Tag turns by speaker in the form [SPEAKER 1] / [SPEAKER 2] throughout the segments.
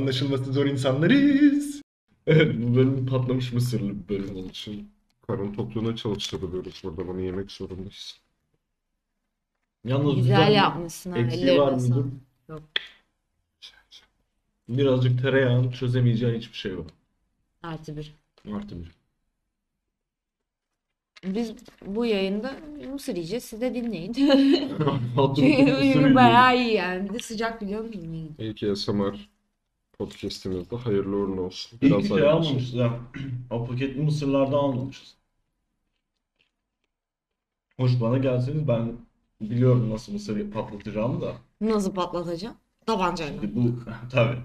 [SPEAKER 1] Anlaşılması zor insanlarız. Evet bu bölüm patlamış mısırlı bir bölüm oldu.
[SPEAKER 2] için karın tokluğuna çalıştırılıyoruz burada bunu yemek zorundayız.
[SPEAKER 1] Yalnız
[SPEAKER 3] Güzel
[SPEAKER 1] bir-
[SPEAKER 3] yapmışsın ha.
[SPEAKER 1] Eksiği
[SPEAKER 3] ellerine
[SPEAKER 1] var mıdır?
[SPEAKER 3] sağlık.
[SPEAKER 1] Birazcık tereyağın çözemeyeceği hiçbir şey yok.
[SPEAKER 3] Artı bir.
[SPEAKER 1] Artı bir.
[SPEAKER 3] Biz bu yayında mısır yiyeceğiz. Siz de dinleyin.
[SPEAKER 1] Çünkü
[SPEAKER 3] Çünkü bayağı iyi yani. Bir de sıcak biliyor musun?
[SPEAKER 2] İlk ASMR podcastimizde hayırlı uğurlu olsun.
[SPEAKER 1] İyi ki şey
[SPEAKER 2] ayrı-
[SPEAKER 1] almamışız ha. O paketli mısırlardan almamışız. Hoş bana gelseniz ben biliyorum nasıl mısır patlatacağımı da.
[SPEAKER 3] Nasıl patlatacağım? Tabancayla.
[SPEAKER 1] Şimdi bu tabii.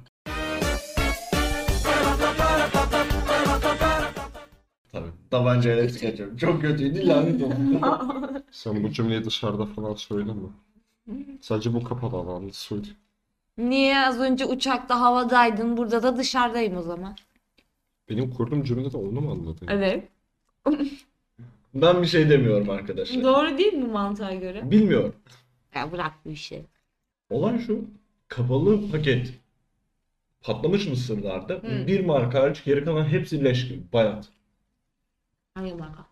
[SPEAKER 1] Tabii. Tabancayla çıkacağım. Çok kötüydü lanet olsun.
[SPEAKER 2] Sen bu cümleyi dışarıda falan söyleme. Sadece bu kapalı alanda söyle.
[SPEAKER 3] Niye az önce uçakta havadaydın? Burada da dışarıdayım o zaman.
[SPEAKER 2] Benim kurduğum cümlede onu mu anladın?
[SPEAKER 3] Evet.
[SPEAKER 1] Ben bir şey demiyorum arkadaşlar.
[SPEAKER 3] Doğru değil mi mantığa göre?
[SPEAKER 1] Bilmiyorum.
[SPEAKER 3] Ya bırak bu işi.
[SPEAKER 1] Olay şu. Kapalı paket patlamış mısırlarda
[SPEAKER 3] Hı.
[SPEAKER 1] bir marka hariç geri kalan hepsi leş gibi bayat.
[SPEAKER 3] Hangi marka?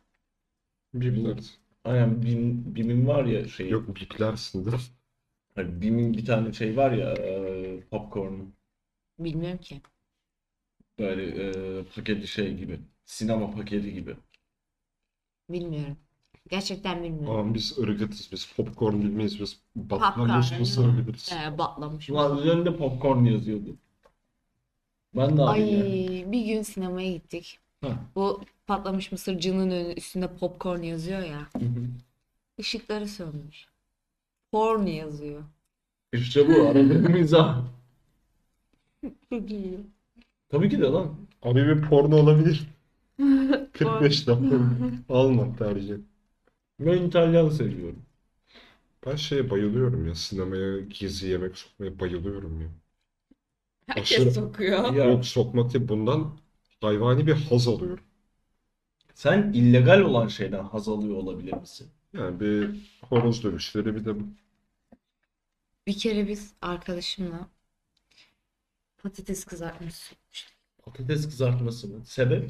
[SPEAKER 2] Biplersin.
[SPEAKER 1] Aynen BİM, BİM'in var ya şeyi.
[SPEAKER 2] Yok biplersin de.
[SPEAKER 1] Hani BİM'in bir tane şey var ya e, popcorn'u.
[SPEAKER 3] Bilmiyorum ki.
[SPEAKER 1] Böyle e, paketi şey gibi. Sinema paketi gibi.
[SPEAKER 3] Bilmiyorum. Gerçekten bilmiyorum.
[SPEAKER 2] Ama biz ırgatız biz popcorn bilmeyiz biz
[SPEAKER 3] Popcorn.
[SPEAKER 2] patlamış mısır biliriz.
[SPEAKER 3] Ee, batlamış.
[SPEAKER 1] Ulan üzerinde popcorn yazıyordu. Ben de
[SPEAKER 3] Ay
[SPEAKER 1] alayım ya.
[SPEAKER 3] bir gün sinemaya gittik.
[SPEAKER 1] Ha.
[SPEAKER 3] Bu patlamış mısırcının önü- üstünde popcorn yazıyor ya.
[SPEAKER 1] Hı hı.
[SPEAKER 3] Işıkları sönmüş. Porn yazıyor.
[SPEAKER 1] İşte bu aradığım mizah.
[SPEAKER 3] Çok iyi.
[SPEAKER 1] Tabii ki de lan.
[SPEAKER 2] Abi bir porno olabilir. 45 dakika. Alma tercih.
[SPEAKER 1] Ben İtalyan seviyorum.
[SPEAKER 2] Ben şeye bayılıyorum ya sinemaya gizli yemek sokmaya bayılıyorum ya.
[SPEAKER 3] Herkes
[SPEAKER 2] Aşırı-
[SPEAKER 3] sokuyor.
[SPEAKER 1] Ya.
[SPEAKER 2] Yok sokmak değil bundan hayvani bir haz alıyorum.
[SPEAKER 1] Sen illegal olan şeyden haz alıyor olabilir misin?
[SPEAKER 2] Yani bir horoz dövüşleri bir de
[SPEAKER 3] Bir kere biz arkadaşımla patates kızartması.
[SPEAKER 1] Patates kızartması mı? Sebep?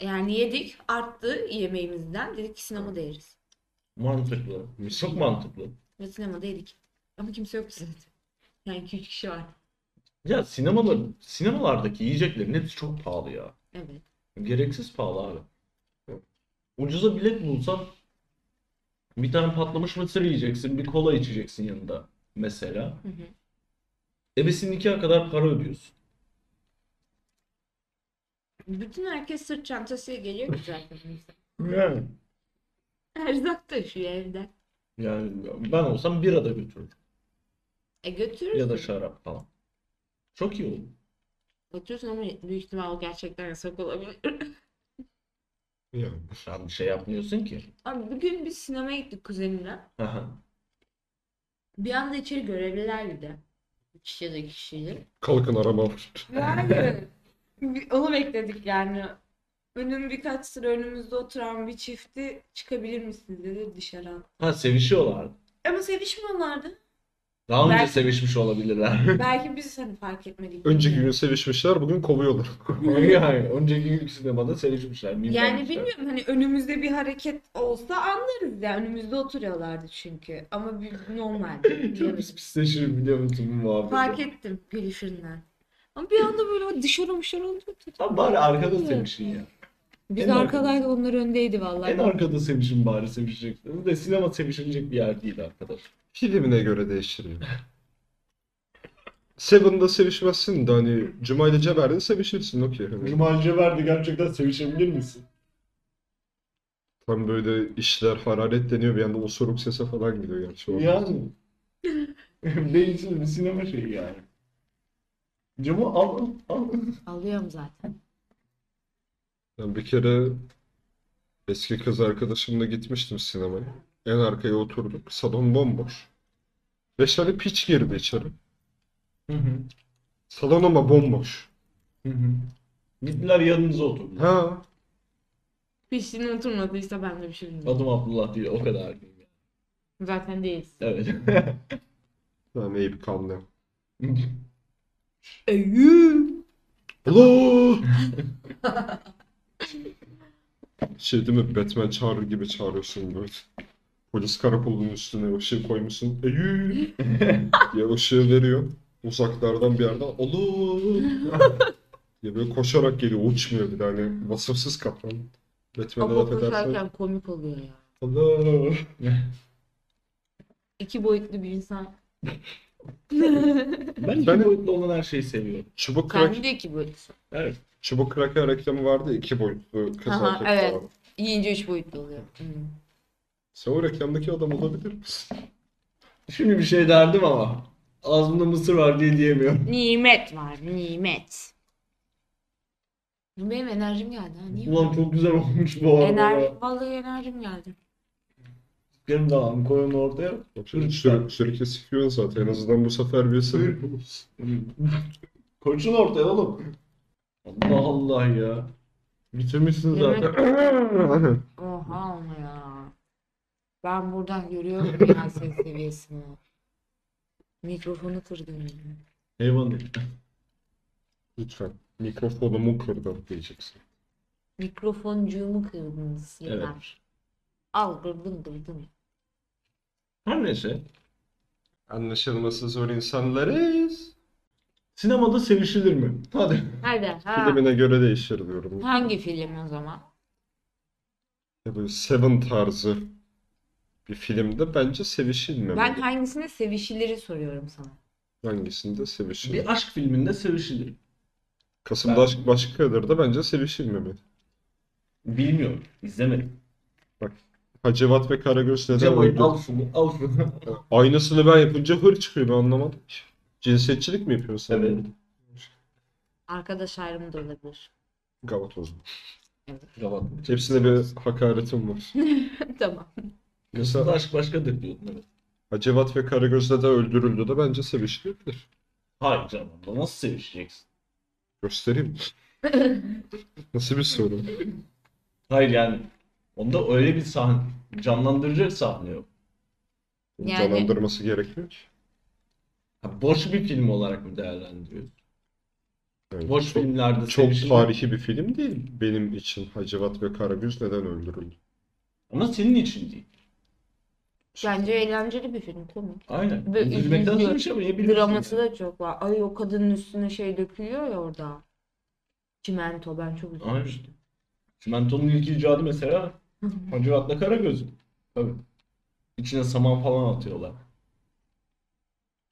[SPEAKER 3] Yani yedik arttı yemeğimizden. Dedik ki sinemada yeriz.
[SPEAKER 1] Mantıklı. Çok mantıklı.
[SPEAKER 3] Ve sinemada yedik. Ama kimse yoktu zaten. Yani 2-3 kişi var.
[SPEAKER 1] Ya sinemalar, sinemalardaki yiyeceklerin hepsi çok pahalı ya.
[SPEAKER 3] Evet.
[SPEAKER 1] Gereksiz pahalı abi. Ucuza bilet bulsan bir tane patlamış mısır yiyeceksin, bir kola içeceksin yanında mesela.
[SPEAKER 3] Hı hı.
[SPEAKER 1] Ebesin nikah kadar para ödüyorsun.
[SPEAKER 3] Bütün herkes sırt çantasıyla geliyor ki zaten.
[SPEAKER 1] Yani.
[SPEAKER 3] Erzak taşıyor evden.
[SPEAKER 1] Yani ben olsam bira da götürürüm.
[SPEAKER 3] E götürürsün.
[SPEAKER 1] Ya da şarap falan. Çok iyi olur.
[SPEAKER 3] Götürürsün ama büyük ihtimal o gerçekten yasak olabilir.
[SPEAKER 2] yani
[SPEAKER 1] Sen bir şey yapmıyorsun ki.
[SPEAKER 3] Abi bugün biz sinemaya gittik kuzenimle.
[SPEAKER 1] Aha.
[SPEAKER 3] Bir anda içeri görevliler girdi. Üç ya da iki kişiydi.
[SPEAKER 2] kalkın araba var.
[SPEAKER 3] Yani bir- onu bekledik yani. Önüm birkaç sıra önümüzde oturan bir çifti çıkabilir misiniz dedi dışarı. aldı.
[SPEAKER 1] Ha sevişiyorlar.
[SPEAKER 3] Ama sevişmiyorlardı.
[SPEAKER 1] Daha önce
[SPEAKER 3] Belki-
[SPEAKER 1] sevişmiş olabilirler.
[SPEAKER 3] Belki biz hani fark etmedik.
[SPEAKER 2] Önceki gün
[SPEAKER 3] bilmiyorum.
[SPEAKER 2] sevişmişler bugün kovuyorlar.
[SPEAKER 1] yani önceki gün sinemada sevişmişler.
[SPEAKER 3] Yani
[SPEAKER 1] mimlenmişler.
[SPEAKER 3] bilmiyorum hani önümüzde bir hareket olsa anlarız ya. Önümüzde oturuyorlardı çünkü. Ama bir normaldi.
[SPEAKER 1] Çok pis pisleşir biliyor musun bu muhabbeti?
[SPEAKER 3] Fark ettim gülüşünden. Ama bir anda böyle dışarı mışarı oldu.
[SPEAKER 1] Lan bari arkada sevişin ya.
[SPEAKER 3] Biz
[SPEAKER 1] En
[SPEAKER 3] arkadaydı
[SPEAKER 1] arkada.
[SPEAKER 3] onlar öndeydi vallahi.
[SPEAKER 1] En arkada sevişin bari sevişecek. Bu da sinema sevişilecek bir yer değil arkadaş.
[SPEAKER 2] Filmine göre değiştiriyor. Seven'da sevişmezsin de hani Cuma ile Ceber'de sevişirsin okey. Hani
[SPEAKER 1] Cumali verdi gerçekten sevişebilir misin?
[SPEAKER 2] tam böyle işler hararetleniyor bir anda osuruk sesi falan geliyor gerçi. orada.
[SPEAKER 1] Yani. Değilsin bir sinema şeyi yani. Camı al al al.
[SPEAKER 3] Alıyorum zaten.
[SPEAKER 2] Ben bir kere eski kız arkadaşımla gitmiştim sinemaya. En arkaya oturduk. Salon bomboş. Beş tane piç girdi içeri.
[SPEAKER 1] Hı hı,
[SPEAKER 2] Salon ama bomboş.
[SPEAKER 1] hı hı. Gittiler yanınıza oturdular.
[SPEAKER 2] Ha.
[SPEAKER 3] Pisliğine oturmadıysa ben de bir şey bilmiyorum.
[SPEAKER 1] Adım Abdullah değil o kadar değil. yani.
[SPEAKER 3] Zaten değiliz.
[SPEAKER 1] Evet.
[SPEAKER 2] Ben Eyüp Kanlı.
[SPEAKER 4] Eyüp.
[SPEAKER 2] Hello. şey değil mi? Batman çağırır gibi çağırıyorsun böyle. Polis karakolunun üstüne ışığı koymuşsun. Eyyy diye ışığı veriyor. Uzaklardan bir yerden alo diye böyle koşarak geliyor. Uçmuyor bir de hani vasıfsız kaplan. Batman'e
[SPEAKER 3] Ama
[SPEAKER 2] laf edersen
[SPEAKER 3] koşarken komik oluyor ya.
[SPEAKER 2] alo.
[SPEAKER 3] İki boyutlu bir insan.
[SPEAKER 1] Ben iki
[SPEAKER 2] Ben-
[SPEAKER 1] boyutlu olan her şeyi seviyorum.
[SPEAKER 2] Çubuk krak
[SPEAKER 3] Kendi de iki boyutlu.
[SPEAKER 1] Evet.
[SPEAKER 2] Çubuk kraker reklamı vardı ya, iki boyutlu kız
[SPEAKER 3] Aha,
[SPEAKER 2] erkek
[SPEAKER 3] evet.
[SPEAKER 2] falan.
[SPEAKER 3] Yiyince üç boyutlu oluyor. Hmm.
[SPEAKER 2] Sen o reklamdaki adam olabilir misin?
[SPEAKER 1] Şimdi bir şey derdim ama ağzımda mısır var diye diyemiyorum.
[SPEAKER 3] Nimet var, nimet. Bu benim enerjim geldi ha. Niye?
[SPEAKER 1] Ulan çok güzel olmuş bu arada.
[SPEAKER 3] Enerji, vallahi enerjim geldi.
[SPEAKER 1] Benim de ağam koyun ortaya.
[SPEAKER 2] Sür, sürekli sikiyorsun zaten. En azından bu sefer bir sebep olursun.
[SPEAKER 1] Koçun ortaya oğlum. Allah Allah ya. Bitirmişsin zaten.
[SPEAKER 2] Aynen.
[SPEAKER 3] Oha ama ya. Ben buradan görüyorum ya ses seviyesini. Mikrofonu kırdım. ya.
[SPEAKER 1] Eyvallah.
[SPEAKER 2] Lütfen. Mikrofonumu kırdım diyeceksin.
[SPEAKER 3] Mikrofoncuğumu kırdınız
[SPEAKER 1] Evet.
[SPEAKER 3] yeter. Al kırdın kırdın.
[SPEAKER 1] Her neyse.
[SPEAKER 2] Anlaşılması zor insanlarız.
[SPEAKER 1] Sinemada sevişilir mi? Hadi.
[SPEAKER 3] Hadi ha.
[SPEAKER 2] Filmine göre değişir diyorum.
[SPEAKER 3] Hangi film o zaman?
[SPEAKER 2] Ya Böyle Seven tarzı bir filmde bence sevişilmemeli.
[SPEAKER 3] Ben hangisine sevişileri soruyorum sana.
[SPEAKER 2] Hangisinde sevişilir?
[SPEAKER 1] Bir aşk filminde sevişilir.
[SPEAKER 2] Kasım'da
[SPEAKER 1] Ben-
[SPEAKER 2] Aşk Başkaları'da bence sevişilmemeli.
[SPEAKER 1] Bilmiyorum. İzlemedim.
[SPEAKER 2] Hacivat ve Karagöz neden
[SPEAKER 1] Cem
[SPEAKER 2] oydu?
[SPEAKER 1] al şunu, al şunu.
[SPEAKER 2] Aynısını ben yapınca hır çıkıyor ben anlamadım ki. Cinsiyetçilik mi yapıyorsun sen?
[SPEAKER 1] Evet.
[SPEAKER 3] Arkadaş ayrımı da olabilir.
[SPEAKER 2] Gavatoz.
[SPEAKER 1] Kapat.
[SPEAKER 2] Hepsine bir hakaretim var.
[SPEAKER 3] Tamam.
[SPEAKER 1] Mesela
[SPEAKER 2] Mesela
[SPEAKER 1] aşk başkadır diyordun evet.
[SPEAKER 2] Hacivat ve Karagöz'de de öldürüldü de bence sevişilebilir.
[SPEAKER 1] Hayır canım. onda Nasıl sevişeceksin?
[SPEAKER 2] Göstereyim mi? Nasıl bir soru?
[SPEAKER 1] Hayır yani. Onda öyle bir sahne, canlandıracak sahne yok.
[SPEAKER 3] Yani-
[SPEAKER 2] Canlandırması gerekmiyor ki.
[SPEAKER 1] Ha, boş bir film olarak mı değerlendiriyoruz?
[SPEAKER 2] Yani
[SPEAKER 1] Boş
[SPEAKER 2] çok,
[SPEAKER 1] filmlerde
[SPEAKER 2] çok
[SPEAKER 1] sevişilir.
[SPEAKER 2] tarihi bir film değil benim için Hacivat ve Karagöz neden öldürüldü.
[SPEAKER 1] Ama senin için değil.
[SPEAKER 3] Bence eğlenceli bir film komik.
[SPEAKER 1] Aynen.
[SPEAKER 3] Böyle
[SPEAKER 1] Üzülmekten
[SPEAKER 3] üzüyor.
[SPEAKER 1] sevişemeyebilirsin.
[SPEAKER 3] Draması
[SPEAKER 1] yani.
[SPEAKER 3] da çok var. Ay o kadının üstüne şey dökülüyor ya orada. Çimento ben çok üzülmüştüm.
[SPEAKER 1] Çimento'nun ilk icadı mesela Hacivat'la Karagöz'ün. Tabii. İçine saman falan atıyorlar.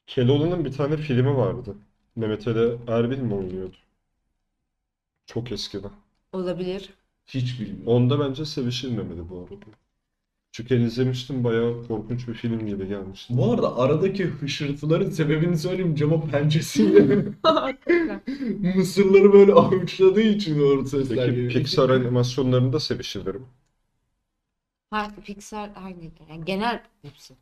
[SPEAKER 2] Keloğlan'ın bir tane filmi vardı. Mehmet Ali Erbil mi oynuyordu? Çok eskiden.
[SPEAKER 3] Olabilir.
[SPEAKER 1] Hiç bilmiyorum.
[SPEAKER 2] Onda bence sevişilmemeli bu arada. Çünkü ben izlemiştim bayağı korkunç bir film gibi gelmişti.
[SPEAKER 1] Bu arada aradaki hışırtıların sebebini söyleyeyim cama pençesiyle mısırları böyle avuçladığı için o sesler
[SPEAKER 2] Peki
[SPEAKER 1] geliyor.
[SPEAKER 2] Pixar animasyonlarında sevişilir mi?
[SPEAKER 3] Ha, Pixar aynı. Yani genel hepsi.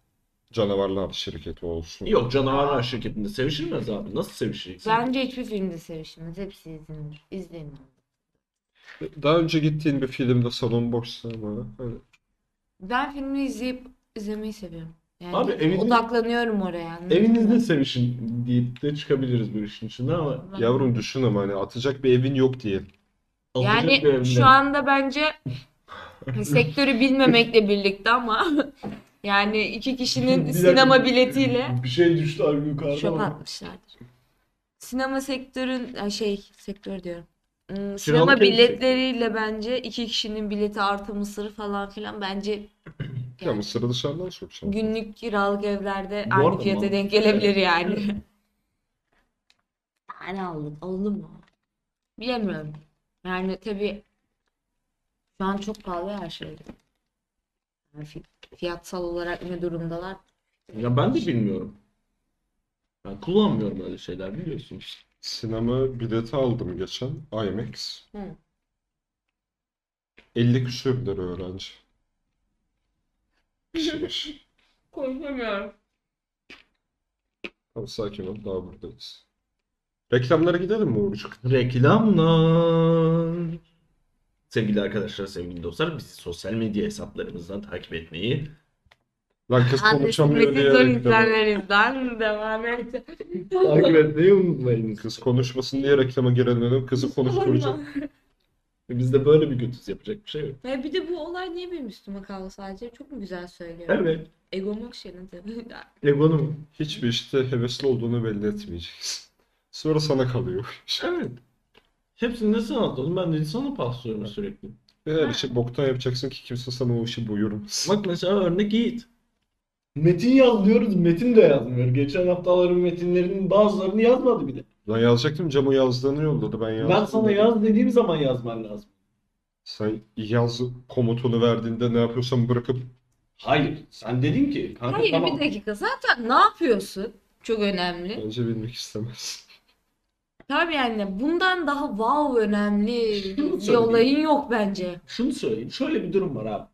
[SPEAKER 2] Canavarlar şirketi olsun.
[SPEAKER 1] Yok canavarlar şirketinde sevişilmez abi. Nasıl sevişeceksin?
[SPEAKER 3] Bence hiçbir filmde sevişmez. Hepsi izlenir. İzlenir.
[SPEAKER 2] Daha önce gittiğin bir filmde salon boşsa ama hani
[SPEAKER 3] Ben filmi izleyip izlemeyi seviyorum. Yani
[SPEAKER 1] Abi evinde-
[SPEAKER 3] odaklanıyorum oraya. anladın
[SPEAKER 1] Evinizde
[SPEAKER 3] mı?
[SPEAKER 1] sevişin deyip de çıkabiliriz bir işin içinde ama
[SPEAKER 3] Ben-
[SPEAKER 2] yavrum düşün ama hani atacak bir evin yok diye.
[SPEAKER 1] alacak bir
[SPEAKER 3] Yani
[SPEAKER 1] evden.
[SPEAKER 3] şu anda bence sektörü bilmemekle birlikte ama yani iki
[SPEAKER 1] Bir
[SPEAKER 3] kişinin
[SPEAKER 1] dakika.
[SPEAKER 3] sinema biletiyle
[SPEAKER 1] bir şey düştü abi yukarıda
[SPEAKER 3] şok
[SPEAKER 1] ama.
[SPEAKER 3] atmışlardır. Sinema sektörün ay şey sektör diyorum. Hmm,
[SPEAKER 1] Kiralık
[SPEAKER 3] Sinema
[SPEAKER 1] ev sektörü.
[SPEAKER 3] biletleriyle bence iki kişinin bileti artı mısırı falan filan bence
[SPEAKER 2] Ya
[SPEAKER 3] yani
[SPEAKER 2] Mısır'ı dışarıdan sokacaksın.
[SPEAKER 3] günlük kiralık evlerde
[SPEAKER 1] Bu
[SPEAKER 3] aynı
[SPEAKER 1] arada
[SPEAKER 3] fiyata
[SPEAKER 1] mı?
[SPEAKER 3] denk gelebilir yani. Tane aldın, oldu mu? Bilemiyorum. Yani tabii şu an çok pahalı her şey. Yani fi- fiyatsal olarak ne durumdalar?
[SPEAKER 1] Ya ben de bilmiyorum. Ben kullanmıyorum öyle şeyler biliyorsun.
[SPEAKER 2] Sinema bileti aldım geçen. IMAX.
[SPEAKER 3] Hı.
[SPEAKER 2] 50 küsür lira öğrenci. şey Kişi başı.
[SPEAKER 4] Konuşamıyorum.
[SPEAKER 2] Tamam sakin ol daha buradayız. Reklamlara gidelim mi Uğurcuğum?
[SPEAKER 1] Reklamlar. Sevgili arkadaşlar, sevgili dostlar, bizi sosyal medya hesaplarımızdan takip etmeyi,
[SPEAKER 2] Lan kız konuşamıyor
[SPEAKER 3] Adresimizi
[SPEAKER 2] diye
[SPEAKER 3] zor
[SPEAKER 2] reklama.
[SPEAKER 3] insanlarızdan devam edeceğim.
[SPEAKER 1] Takip etmeyi unutmayın.
[SPEAKER 2] Kız konuşmasın diye reklama girelim. Kızı konuşturacak.
[SPEAKER 1] E, Biz de böyle bir götüz yapacak bir şey yok.
[SPEAKER 3] Ve bir de bu olay niye bir Müslüman kaldı sadece? Çok mu güzel söylüyor?
[SPEAKER 1] Evet.
[SPEAKER 3] Egomu tabii.
[SPEAKER 1] Egonum.
[SPEAKER 2] Hiçbir işte hevesli olduğunu belli etmeyeceksin. Sonra sana kalıyor.
[SPEAKER 1] Evet. Hepsinde sen atladın. Ben de sana paslıyorum sürekli.
[SPEAKER 2] Ve her işi boktan şey, yapacaksın ki kimse sana o işi buyurmasın.
[SPEAKER 1] Bak mesela örnek Yiğit. Metin yaz diyoruz. Metin de yazmıyor. Geçen haftaların metinlerinin bazılarını yazmadı bile.
[SPEAKER 2] Lan yazacaktım Cemo yazdığını yolladı ben yazdım.
[SPEAKER 1] Ben sana
[SPEAKER 2] dedim.
[SPEAKER 1] yaz dediğim zaman yazman lazım.
[SPEAKER 2] Sen yaz komutunu verdiğinde ne yapıyorsan bırakıp
[SPEAKER 1] Hayır. Sen dedin ki kanka
[SPEAKER 3] Hayır
[SPEAKER 1] tamam.
[SPEAKER 3] bir dakika zaten ne yapıyorsun? Çok önemli.
[SPEAKER 2] bence bilmek istemezsin.
[SPEAKER 3] Tabii yani bundan daha wow önemli
[SPEAKER 1] Şunu
[SPEAKER 3] bir
[SPEAKER 1] söyleyeyim.
[SPEAKER 3] olayın yok bence.
[SPEAKER 1] Şunu söyleyeyim. Şöyle bir durum var abi.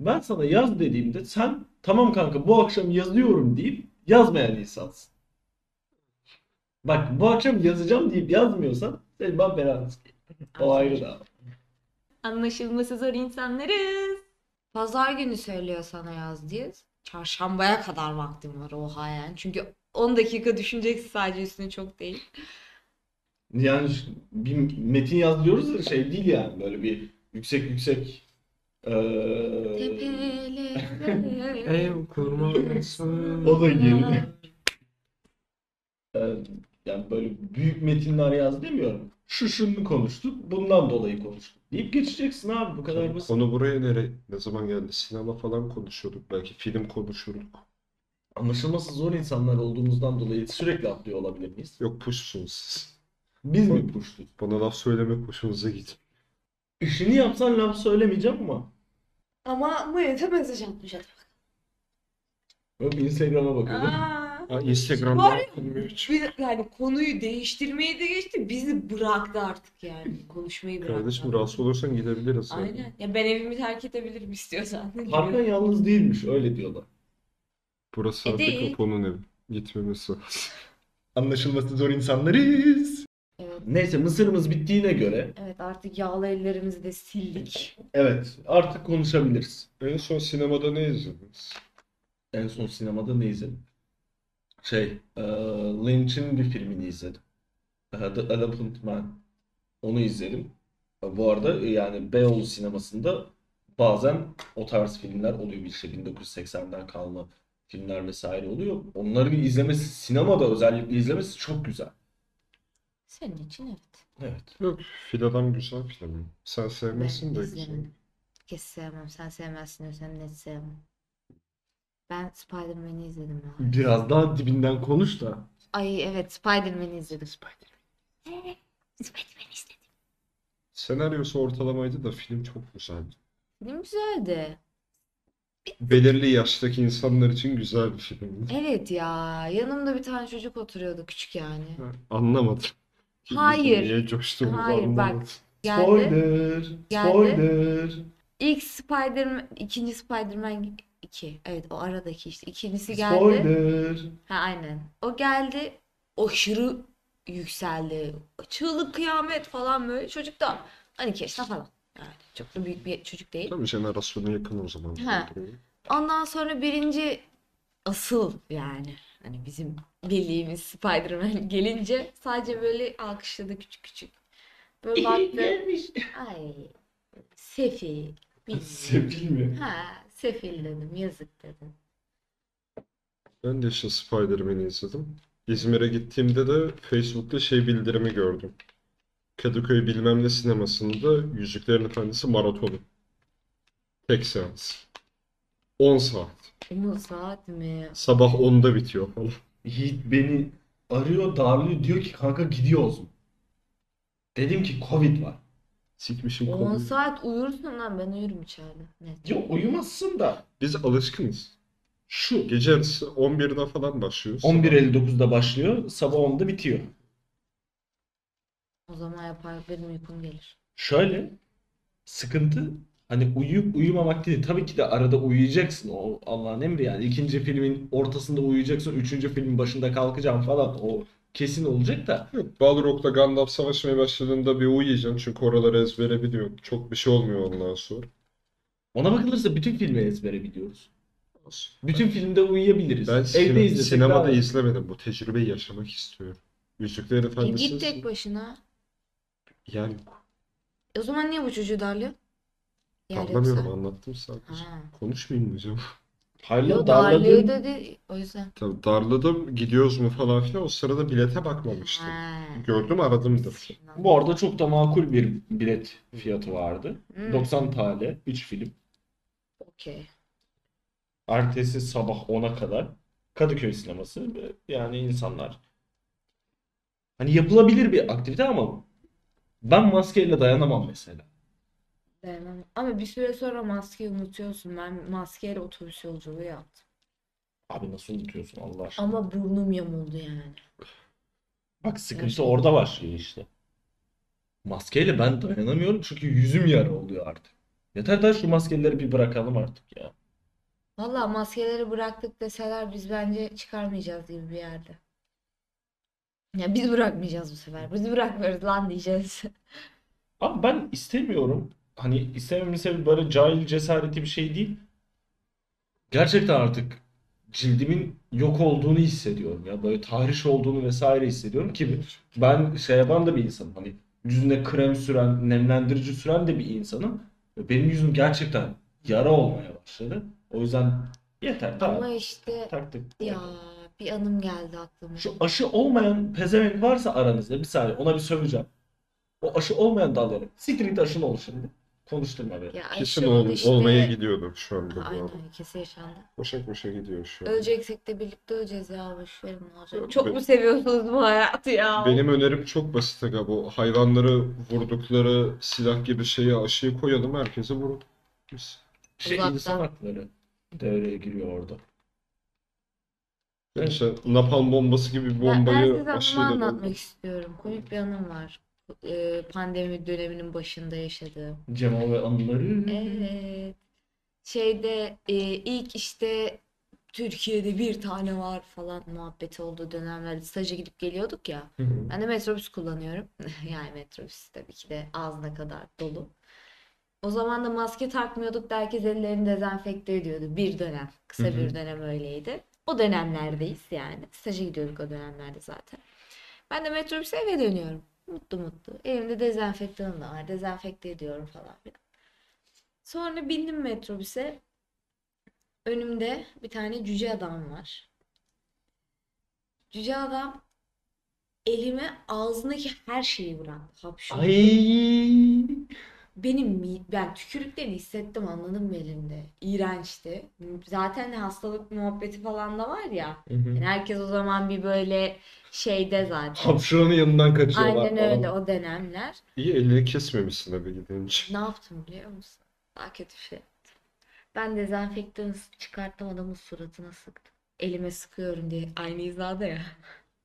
[SPEAKER 1] Ben sana yaz dediğimde sen tamam kanka bu akşam yazıyorum deyip yazmayan insansın. Bak bu akşam yazacağım deyip yazmıyorsan sen ben beraberiz. O ayrı da.
[SPEAKER 3] Anlaşılması zor insanlarız. Pazar günü söylüyor sana yaz diye. Çarşambaya kadar vaktim var oha yani. Çünkü 10 dakika düşüneceksin sadece üstüne çok değil.
[SPEAKER 1] Yani şu- bir metin yaz diyoruz da şey değil yani böyle bir yüksek yüksek eee,
[SPEAKER 3] Tepelere
[SPEAKER 1] o da yeni. Eee, Ee, yani böyle büyük metinler yaz demiyorum. Şu şunu konuştuk, bundan dolayı konuştuk deyip geçeceksin abi bu kadar basit.
[SPEAKER 2] Konu buraya nere, ne zaman geldi? Sinema falan konuşuyorduk belki film konuşurduk.
[SPEAKER 1] Anlaşılması zor insanlar olduğumuzdan dolayı sürekli atlıyor olabilir miyiz?
[SPEAKER 2] Yok puşsunuz siz.
[SPEAKER 1] Biz mi puştuk?
[SPEAKER 2] Bana laf söylemek hoşunuza gitti.
[SPEAKER 1] İşini yapsan laf söylemeyeceğim ama.
[SPEAKER 4] Ama bu ete mesaj atmış adam.
[SPEAKER 1] Yok Instagram'a bakıyordum.
[SPEAKER 4] Aa,
[SPEAKER 2] Aa, Instagram'dan
[SPEAKER 3] Var
[SPEAKER 2] bilmiyor hiç.
[SPEAKER 3] Bir, yani konuyu değiştirmeyi de geçti. Bizi bıraktı artık yani. Konuşmayı bıraktı.
[SPEAKER 2] Kardeşim rahatsız olursan gidebiliriz yani.
[SPEAKER 3] Aynen. Ya ben evimi terk edebilirim istiyorsan.
[SPEAKER 1] Tarkan yalnız değilmiş öyle diyorlar.
[SPEAKER 2] Burası
[SPEAKER 3] E,
[SPEAKER 2] artık
[SPEAKER 3] değil.
[SPEAKER 2] Apo'nun evi. Gitmemesi lazım.
[SPEAKER 1] Anlaşılması zor insanlarız.
[SPEAKER 3] Evet.
[SPEAKER 1] Neyse mısırımız bittiğine göre
[SPEAKER 3] Evet artık yağlı ellerimizi de sildik.
[SPEAKER 1] evet artık konuşabiliriz.
[SPEAKER 2] En son sinemada ne izlediniz?
[SPEAKER 1] En son sinemada ne izledim? Şey, eee Lynch'in bir filmini izledim. Eee, The Elephant Man. Onu izledim. E, Bu arada e, yani Beyoğlu sinemasında bazen o tarz filmler oluyor. İşte 1980'den kalma filmler vesaire oluyor. Onların izlemesi, sinemada özellikle izlemesi çok güzel.
[SPEAKER 3] Senin için evet.
[SPEAKER 1] Evet.
[SPEAKER 2] Yok, Fil Adam güzel film. Sen
[SPEAKER 3] Ben
[SPEAKER 2] sevmezsin şey. de güzel.
[SPEAKER 3] izlemedim. Kes sevmem. Sen sevmezsin. Sen net sevmem. Ben Spider-Man'i izledim ya.
[SPEAKER 1] Biraz daha dibinden konuş da.
[SPEAKER 3] Ay evet Spider-Man'i izledim. Spider-Man. Spider-Man'i izledim.
[SPEAKER 2] Senaryosu ortalamaydı da film çok güzeldi.
[SPEAKER 3] Film güzeldi.
[SPEAKER 2] Belirli yaştaki insanlar için güzel bir filmdi.
[SPEAKER 3] Evet ya. Yanımda bir tane çocuk oturuyordu küçük yani.
[SPEAKER 2] Ha, Anlamadım. Biz de
[SPEAKER 3] Hayır.
[SPEAKER 2] Niye coştuğumuzu
[SPEAKER 3] Hayır, bak.
[SPEAKER 2] anlamadım.
[SPEAKER 3] Geldi.
[SPEAKER 1] Spoiler,
[SPEAKER 3] Geldi.
[SPEAKER 1] spoiler.
[SPEAKER 3] İlk Spider-Man, ikinci Spider-Man 2. Evet o aradaki işte. İkincisi geldi.
[SPEAKER 1] Spoiler.
[SPEAKER 3] Ha aynen. O geldi. Aşırı yükseldi. Çığlık kıyamet falan böyle. Çocuk da 12 yaşında falan. Yani çok da büyük bir çocuk değil.
[SPEAKER 2] Tabii jenerasyona yakın o zaman.
[SPEAKER 3] Ha. Ondan sonra birinci asıl yani hani bizim bildiğimiz Spider-Man gelince sadece böyle alkışladı küçük küçük. Böyle baktı. Ay Sefi. bilmiyorum."
[SPEAKER 1] Sevgili mi?
[SPEAKER 3] Ha sefil dedim yazık dedim.
[SPEAKER 2] Ben de işte Spider-Man'i izledim. İzmir'e gittiğimde de Facebook'ta şey bildirimi gördüm. Kadıköy bilmem ne sinemasında Yüzüklerin Efendisi maratonu. Tek seans. 10 saat.
[SPEAKER 3] Bu saat mi?
[SPEAKER 2] Sabah 10'da bitiyor falan.
[SPEAKER 1] Yiğit beni arıyor, darlıyor. Diyor ki kanka gidiyoruz mu? Dedim ki Covid var.
[SPEAKER 2] Sikmişim
[SPEAKER 3] 10
[SPEAKER 2] kolunu.
[SPEAKER 3] saat uyursun lan ben uyurum içeride. Net.
[SPEAKER 1] Diyor uyumazsın da.
[SPEAKER 2] Biz alışkınız.
[SPEAKER 1] Şu
[SPEAKER 2] Gece yarısı 11'de falan başlıyoruz.
[SPEAKER 1] 11.59'da başlıyor, sabah 10'da bitiyor.
[SPEAKER 3] O zaman yapar benim uykum gelir.
[SPEAKER 1] Şöyle sıkıntı hani uyuyup uyumamak değil. Tabii ki de arada uyuyacaksın. O Allah'ın emri yani. ikinci filmin ortasında uyuyacaksın. Üçüncü filmin başında kalkacağım falan. O kesin olacak da.
[SPEAKER 2] Yok, Balrog'la Gandalf savaşmaya başladığında bir uyuyacaksın çünkü oraları ezbere biliyorum. Çok bir şey olmuyor ondan sonra.
[SPEAKER 1] Ona bakılırsa bütün filmi ezbere biliyoruz. Bütün filmde uyuyabiliriz.
[SPEAKER 2] Ben
[SPEAKER 1] Evde
[SPEAKER 2] sine-
[SPEAKER 1] izlesek
[SPEAKER 2] sinemada
[SPEAKER 1] daha iyi.
[SPEAKER 2] izlemedim. Bu tecrübeyi yaşamak istiyorum. Yüzüklerin
[SPEAKER 3] E
[SPEAKER 2] Efendisi.
[SPEAKER 3] git tek başına.
[SPEAKER 2] Yani
[SPEAKER 3] E o zaman niye bu çocuğu darlıyor? Yer
[SPEAKER 2] anlamıyorum
[SPEAKER 3] yoksa.
[SPEAKER 2] anlattım sadece.
[SPEAKER 3] Ha.
[SPEAKER 2] Konuşmayayım mı hocam?
[SPEAKER 1] Hayır, darladın.
[SPEAKER 3] Yo, darlıyor dedi. O yüzden.
[SPEAKER 2] Tabii darladım gidiyoruz mu falan filan o sırada bilete bakmamıştım.
[SPEAKER 3] Ha.
[SPEAKER 2] Gördüm aradımdır.
[SPEAKER 1] Bu arada çok da makul bir bilet fiyatı vardı.
[SPEAKER 3] Hmm,
[SPEAKER 1] 90 TL, 3 film.
[SPEAKER 3] Okey.
[SPEAKER 1] Ertesi sabah 10'a kadar Kadıköy sineması yani insanlar. Hani yapılabilir bir aktivite ama ben maskeyle dayanamam mesela.
[SPEAKER 3] Dayanamam.
[SPEAKER 4] Ama bir süre sonra maskeyi unutuyorsun. Ben maskeyle otobüs yolculuğu yaptım.
[SPEAKER 1] Abi nasıl unutuyorsun Allah aşkına?
[SPEAKER 3] Ama burnum yamuldu yani.
[SPEAKER 1] Bak sıkıntı
[SPEAKER 3] Gerçekten.
[SPEAKER 1] orada başlıyor işte. Maskeyle ben dayanamıyorum çünkü yüzüm yara oluyor artık. Yeter daha şu maskeleri bir bırakalım artık ya.
[SPEAKER 3] Valla maskeleri bıraktık deseler biz bence çıkarmayacağız gibi bir yerde. Ya biz bırakmayacağız bu sefer. Biz bırakmıyoruz lan diyeceğiz.
[SPEAKER 1] Abi ben istemiyorum. Hani istememin sebebi böyle cahil cesareti bir şey değil. Gerçekten artık cildimin yok olduğunu hissediyorum ya. Böyle tahriş olduğunu vesaire hissediyorum ki ben şey yapan da bir insanım. Hani yüzüne krem süren, nemlendirici süren de bir insanım. Benim yüzüm gerçekten yara olmaya başladı. O yüzden yeter tamam.
[SPEAKER 3] Ama işte
[SPEAKER 1] Taktık.
[SPEAKER 3] ya bir anım geldi aklıma.
[SPEAKER 1] Şu aşı olmayan pezevenk varsa aranızda bir saniye ona bir söveceğim. O aşı olmayan dalları. Siktir git aşın ol şimdi. Konuşturma beni.
[SPEAKER 3] Ya
[SPEAKER 2] Kesin
[SPEAKER 3] aşı
[SPEAKER 2] ol-
[SPEAKER 3] oldu işte.
[SPEAKER 2] olmaya gidiyorduk şu anda bu arada.
[SPEAKER 3] Aynen kesin yaşandı.
[SPEAKER 2] Boşa boşa gidiyor şu an.
[SPEAKER 3] Öleceksek de birlikte öleceğiz ya boşverin ne olacak.
[SPEAKER 2] Yok,
[SPEAKER 3] Çok
[SPEAKER 2] be-
[SPEAKER 3] mu seviyorsunuz bu hayatı ya?
[SPEAKER 2] Benim önerim çok basit aga bu. Hayvanları vurdukları silah gibi şeye aşıyı koyalım herkese vurun. Biz-
[SPEAKER 1] Şey
[SPEAKER 3] Uzaktan.
[SPEAKER 1] insan hakları devreye giriyor orada.
[SPEAKER 2] Yani işte napalm bombası gibi bir
[SPEAKER 3] Ben, ben
[SPEAKER 2] bombayı
[SPEAKER 3] size anımı
[SPEAKER 2] aşıyla
[SPEAKER 3] anlatmak istiyorum. Komik bir anım var. Ee, pandemi döneminin başında yaşadığım.
[SPEAKER 1] Cemal ve anıları.
[SPEAKER 3] Evet. Şeyde e, ilk işte Türkiye'de bir tane var falan muhabbeti olduğu dönemlerde staja gidip geliyorduk ya.
[SPEAKER 1] Hı hı.
[SPEAKER 3] Ben de metrobüs kullanıyorum. Yani metrobüs tabii ki de ağzına kadar dolu. O zaman da maske takmıyorduk da herkes ellerini dezenfekte ediyordu. Bir dönem. Kısa
[SPEAKER 1] Hı hı.
[SPEAKER 3] bir dönem öyleydi. O dönemlerdeyiz yani. Staja gidiyorduk o dönemlerde zaten. Ben de metrobüse eve dönüyorum. Mutlu mutlu. Elimde dezenfektanım da var. Dezenfekte ediyorum falan filan. Sonra bindim metrobüse. Önümde bir tane cüce adam var. Cüce adam elime ağzındaki her şeyi bıraktı. Hapşurdu.
[SPEAKER 1] Ay.
[SPEAKER 3] Benim mi- ben tükürüklerini hissettim anladın mı elimde. İğrençti. Zaten hastalık muhabbeti falan da var ya.
[SPEAKER 1] Hı hı.
[SPEAKER 3] Yani herkes o zaman bir böyle şeyde zaten.
[SPEAKER 2] Hapşıranın
[SPEAKER 1] Şey
[SPEAKER 2] yanından kaçıyorlar
[SPEAKER 3] Aynen
[SPEAKER 2] falan.
[SPEAKER 3] öyle o dönemler.
[SPEAKER 2] İyi elini kesmemişsin abi gidince.
[SPEAKER 3] Ne yaptım biliyor musun? Daha kötü bir şey yaptım. Ben dezenfektanı s- çıkarttım adamın suratına sıktım. Elime sıkıyorum diye aynı hizada ya.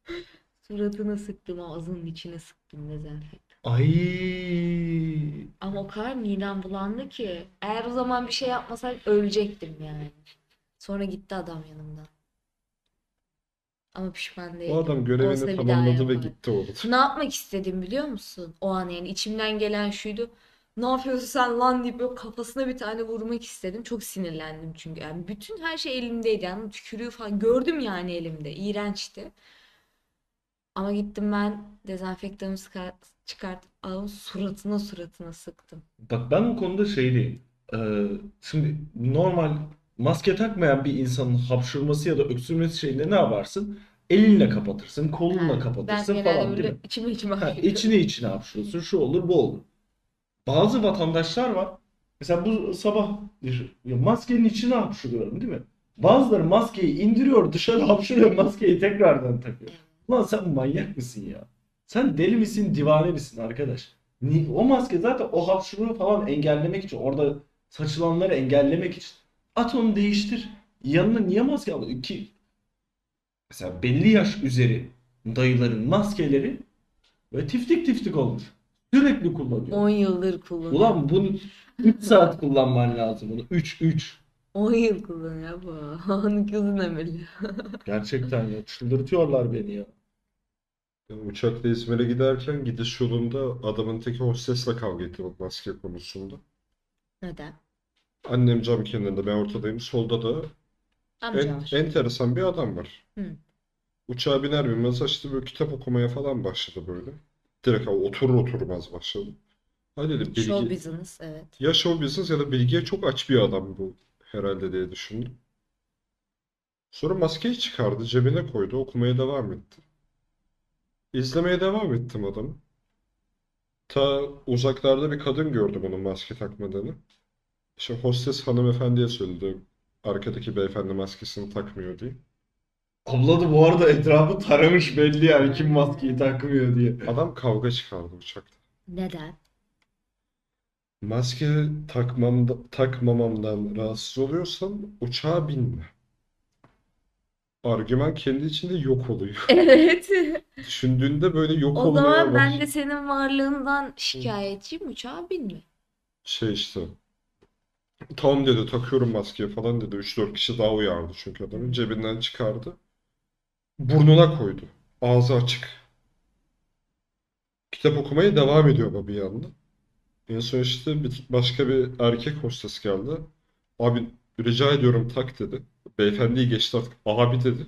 [SPEAKER 3] Suratına sıktım ağzının içine sıktım dezenfektan.
[SPEAKER 1] Ay.
[SPEAKER 3] Ama o kadar midem bulandı ki. Eğer o zaman bir şey yapmasaydım ölecektim yani. Sonra gitti adam yanımdan. Ama pişman değilim.
[SPEAKER 2] O adam
[SPEAKER 3] Olsa bir
[SPEAKER 2] görevini
[SPEAKER 3] daha
[SPEAKER 2] tamamladı ve
[SPEAKER 3] yapar.
[SPEAKER 2] gitti orada.
[SPEAKER 3] Ne yapmak istedim biliyor musun? O an yani içimden gelen şuydu. Ne yapıyorsun sen lan deyip böyle kafasına bir tane vurmak istedim. Çok sinirlendim çünkü. Yani bütün her şey elimdeydi. Yani tükürüğü falan gördüm yani elimde. İğrençti. Ama gittim ben dezenfektanımı çıkart, çıkartıp adamın suratına suratına sıktım.
[SPEAKER 1] Bak ben bu konuda şeydeyim. Ee, şimdi normal maske takmayan bir insanın hapşırması ya da öksürmesi şeyinde ne yaparsın? Elinle kapatırsın, kolunla
[SPEAKER 3] Ha,
[SPEAKER 1] kapatırsın
[SPEAKER 3] ben
[SPEAKER 1] falan
[SPEAKER 3] genelde
[SPEAKER 1] değil
[SPEAKER 3] böyle
[SPEAKER 1] mi?
[SPEAKER 3] içime içime
[SPEAKER 1] Ha,
[SPEAKER 3] atıyorum.
[SPEAKER 1] içine içine hapşırıyorsun. Şu olur, bu olur. Bazı vatandaşlar var. Mesela bu sabah bir- ya maskenin içine hapşırıyorum değil mi? Bazıları maskeyi indiriyor, dışarı hapşırıyor, maskeyi tekrardan takıyor. Lan sen manyak mısın ya? Sen deli misin, divane misin arkadaş? Ni- O maske zaten o hapşuruğu falan engellemek için, orada saçılanları engellemek için. At onu değiştir. Yanına niye maske alıyorsun ki? Mesela belli yaş üzeri dayıların maskeleri böyle tiftik tiftik olmuş. Sürekli kullanıyor.
[SPEAKER 3] 10 yıldır kullanıyorum.
[SPEAKER 1] Ulan bunu 3 saat kullanman lazım bunu. 3 3.
[SPEAKER 3] 10 yıl kullanıyor bu. Onun gözün emeli.
[SPEAKER 1] Gerçekten ya çıldırtıyorlar beni ya.
[SPEAKER 2] Ya Uçakla İzmir'e giderken gidiş yolunda adamın teki hostesle kavga etti bu maske konusunda.
[SPEAKER 3] Neden?
[SPEAKER 2] Annem cam kenarında ben ortadayım. Solda da
[SPEAKER 3] Amca
[SPEAKER 2] En,
[SPEAKER 3] var.
[SPEAKER 2] enteresan bir adam var.
[SPEAKER 3] Hı.
[SPEAKER 2] Uçağa biner binmez açtı böyle kitap okumaya falan başladı böyle. Direkt abi oturur oturmaz başladı. Hadi dedim bilgi,
[SPEAKER 3] Show business evet.
[SPEAKER 2] ya show business ya da bilgiye çok aç bir adam bu herhalde diye düşündüm. Sonra maskeyi çıkardı, cebine koydu, okumaya devam etti. İzlemeye devam ettim adamı. Ta uzaklarda bir kadın gördü bunun maske takmadığını. İşte hostes hanımefendiye söyledi. Arkadaki beyefendi maskesini takmıyor diye.
[SPEAKER 1] Abla da bu arada etrafı taramış belli yani kim maskeyi takmıyor diye.
[SPEAKER 2] Adam kavga çıkardı uçakta.
[SPEAKER 3] Neden?
[SPEAKER 2] Maske takmamda, takmamamdan rahatsız oluyorsan uçağa binme. Argüman kendi içinde yok oluyor.
[SPEAKER 3] Evet.
[SPEAKER 2] Düşündüğünde böyle yok
[SPEAKER 3] O
[SPEAKER 2] olmaya
[SPEAKER 3] zaman ben
[SPEAKER 2] baş-
[SPEAKER 3] de senin varlığından şikayetçiyim. Uçağa binme.
[SPEAKER 2] Şey işte. Tamam dedi takıyorum maskeyi falan dedi. 3-4 kişi daha uyardı çünkü adamı. Cebinden çıkardı. Burnuna koydu. Ağzı açık. Kitap okumaya devam ediyor baba bir yandan. En son işte bir, başka bir erkek hostes geldi. Abi rica ediyorum tak dedi. Beyefendiyi geçti artık. Abi dedi.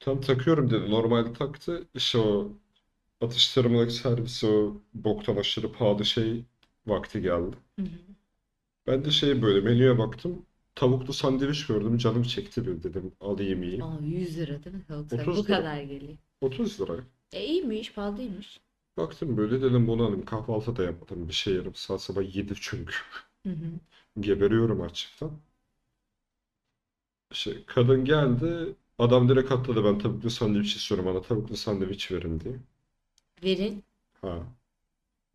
[SPEAKER 2] Tam takıyorum dedi. Normalde taktı. İşte o atıştırmalık servisi o boktan aşırı pahalı şey vakti geldi.
[SPEAKER 3] Hı hı.
[SPEAKER 2] Ben de şey böyle menüye baktım. Tavuklu sandviç gördüm. Canım çekti bir dedim. Alayım yiyeyim.
[SPEAKER 3] Aa, 100 lira değil mi? Tavuk
[SPEAKER 2] 30
[SPEAKER 3] Bu
[SPEAKER 2] lira.
[SPEAKER 3] kadar geliyor.
[SPEAKER 2] 30 lira.
[SPEAKER 3] E iyiymiş, pahalıymış.
[SPEAKER 2] Baktım böyle dedim bunu alayım. Kahvaltı da yapmadım. Bir şey yerim. Saat sabah 7 çünkü.
[SPEAKER 3] Hı hı.
[SPEAKER 2] Geberiyorum açlıktan. Şey, kadın geldi. Adam direkt atladı. Ben tavuklu sandviç istiyorum. Bana tavuklu sandviç verin diye.
[SPEAKER 3] Verin.
[SPEAKER 2] Ha.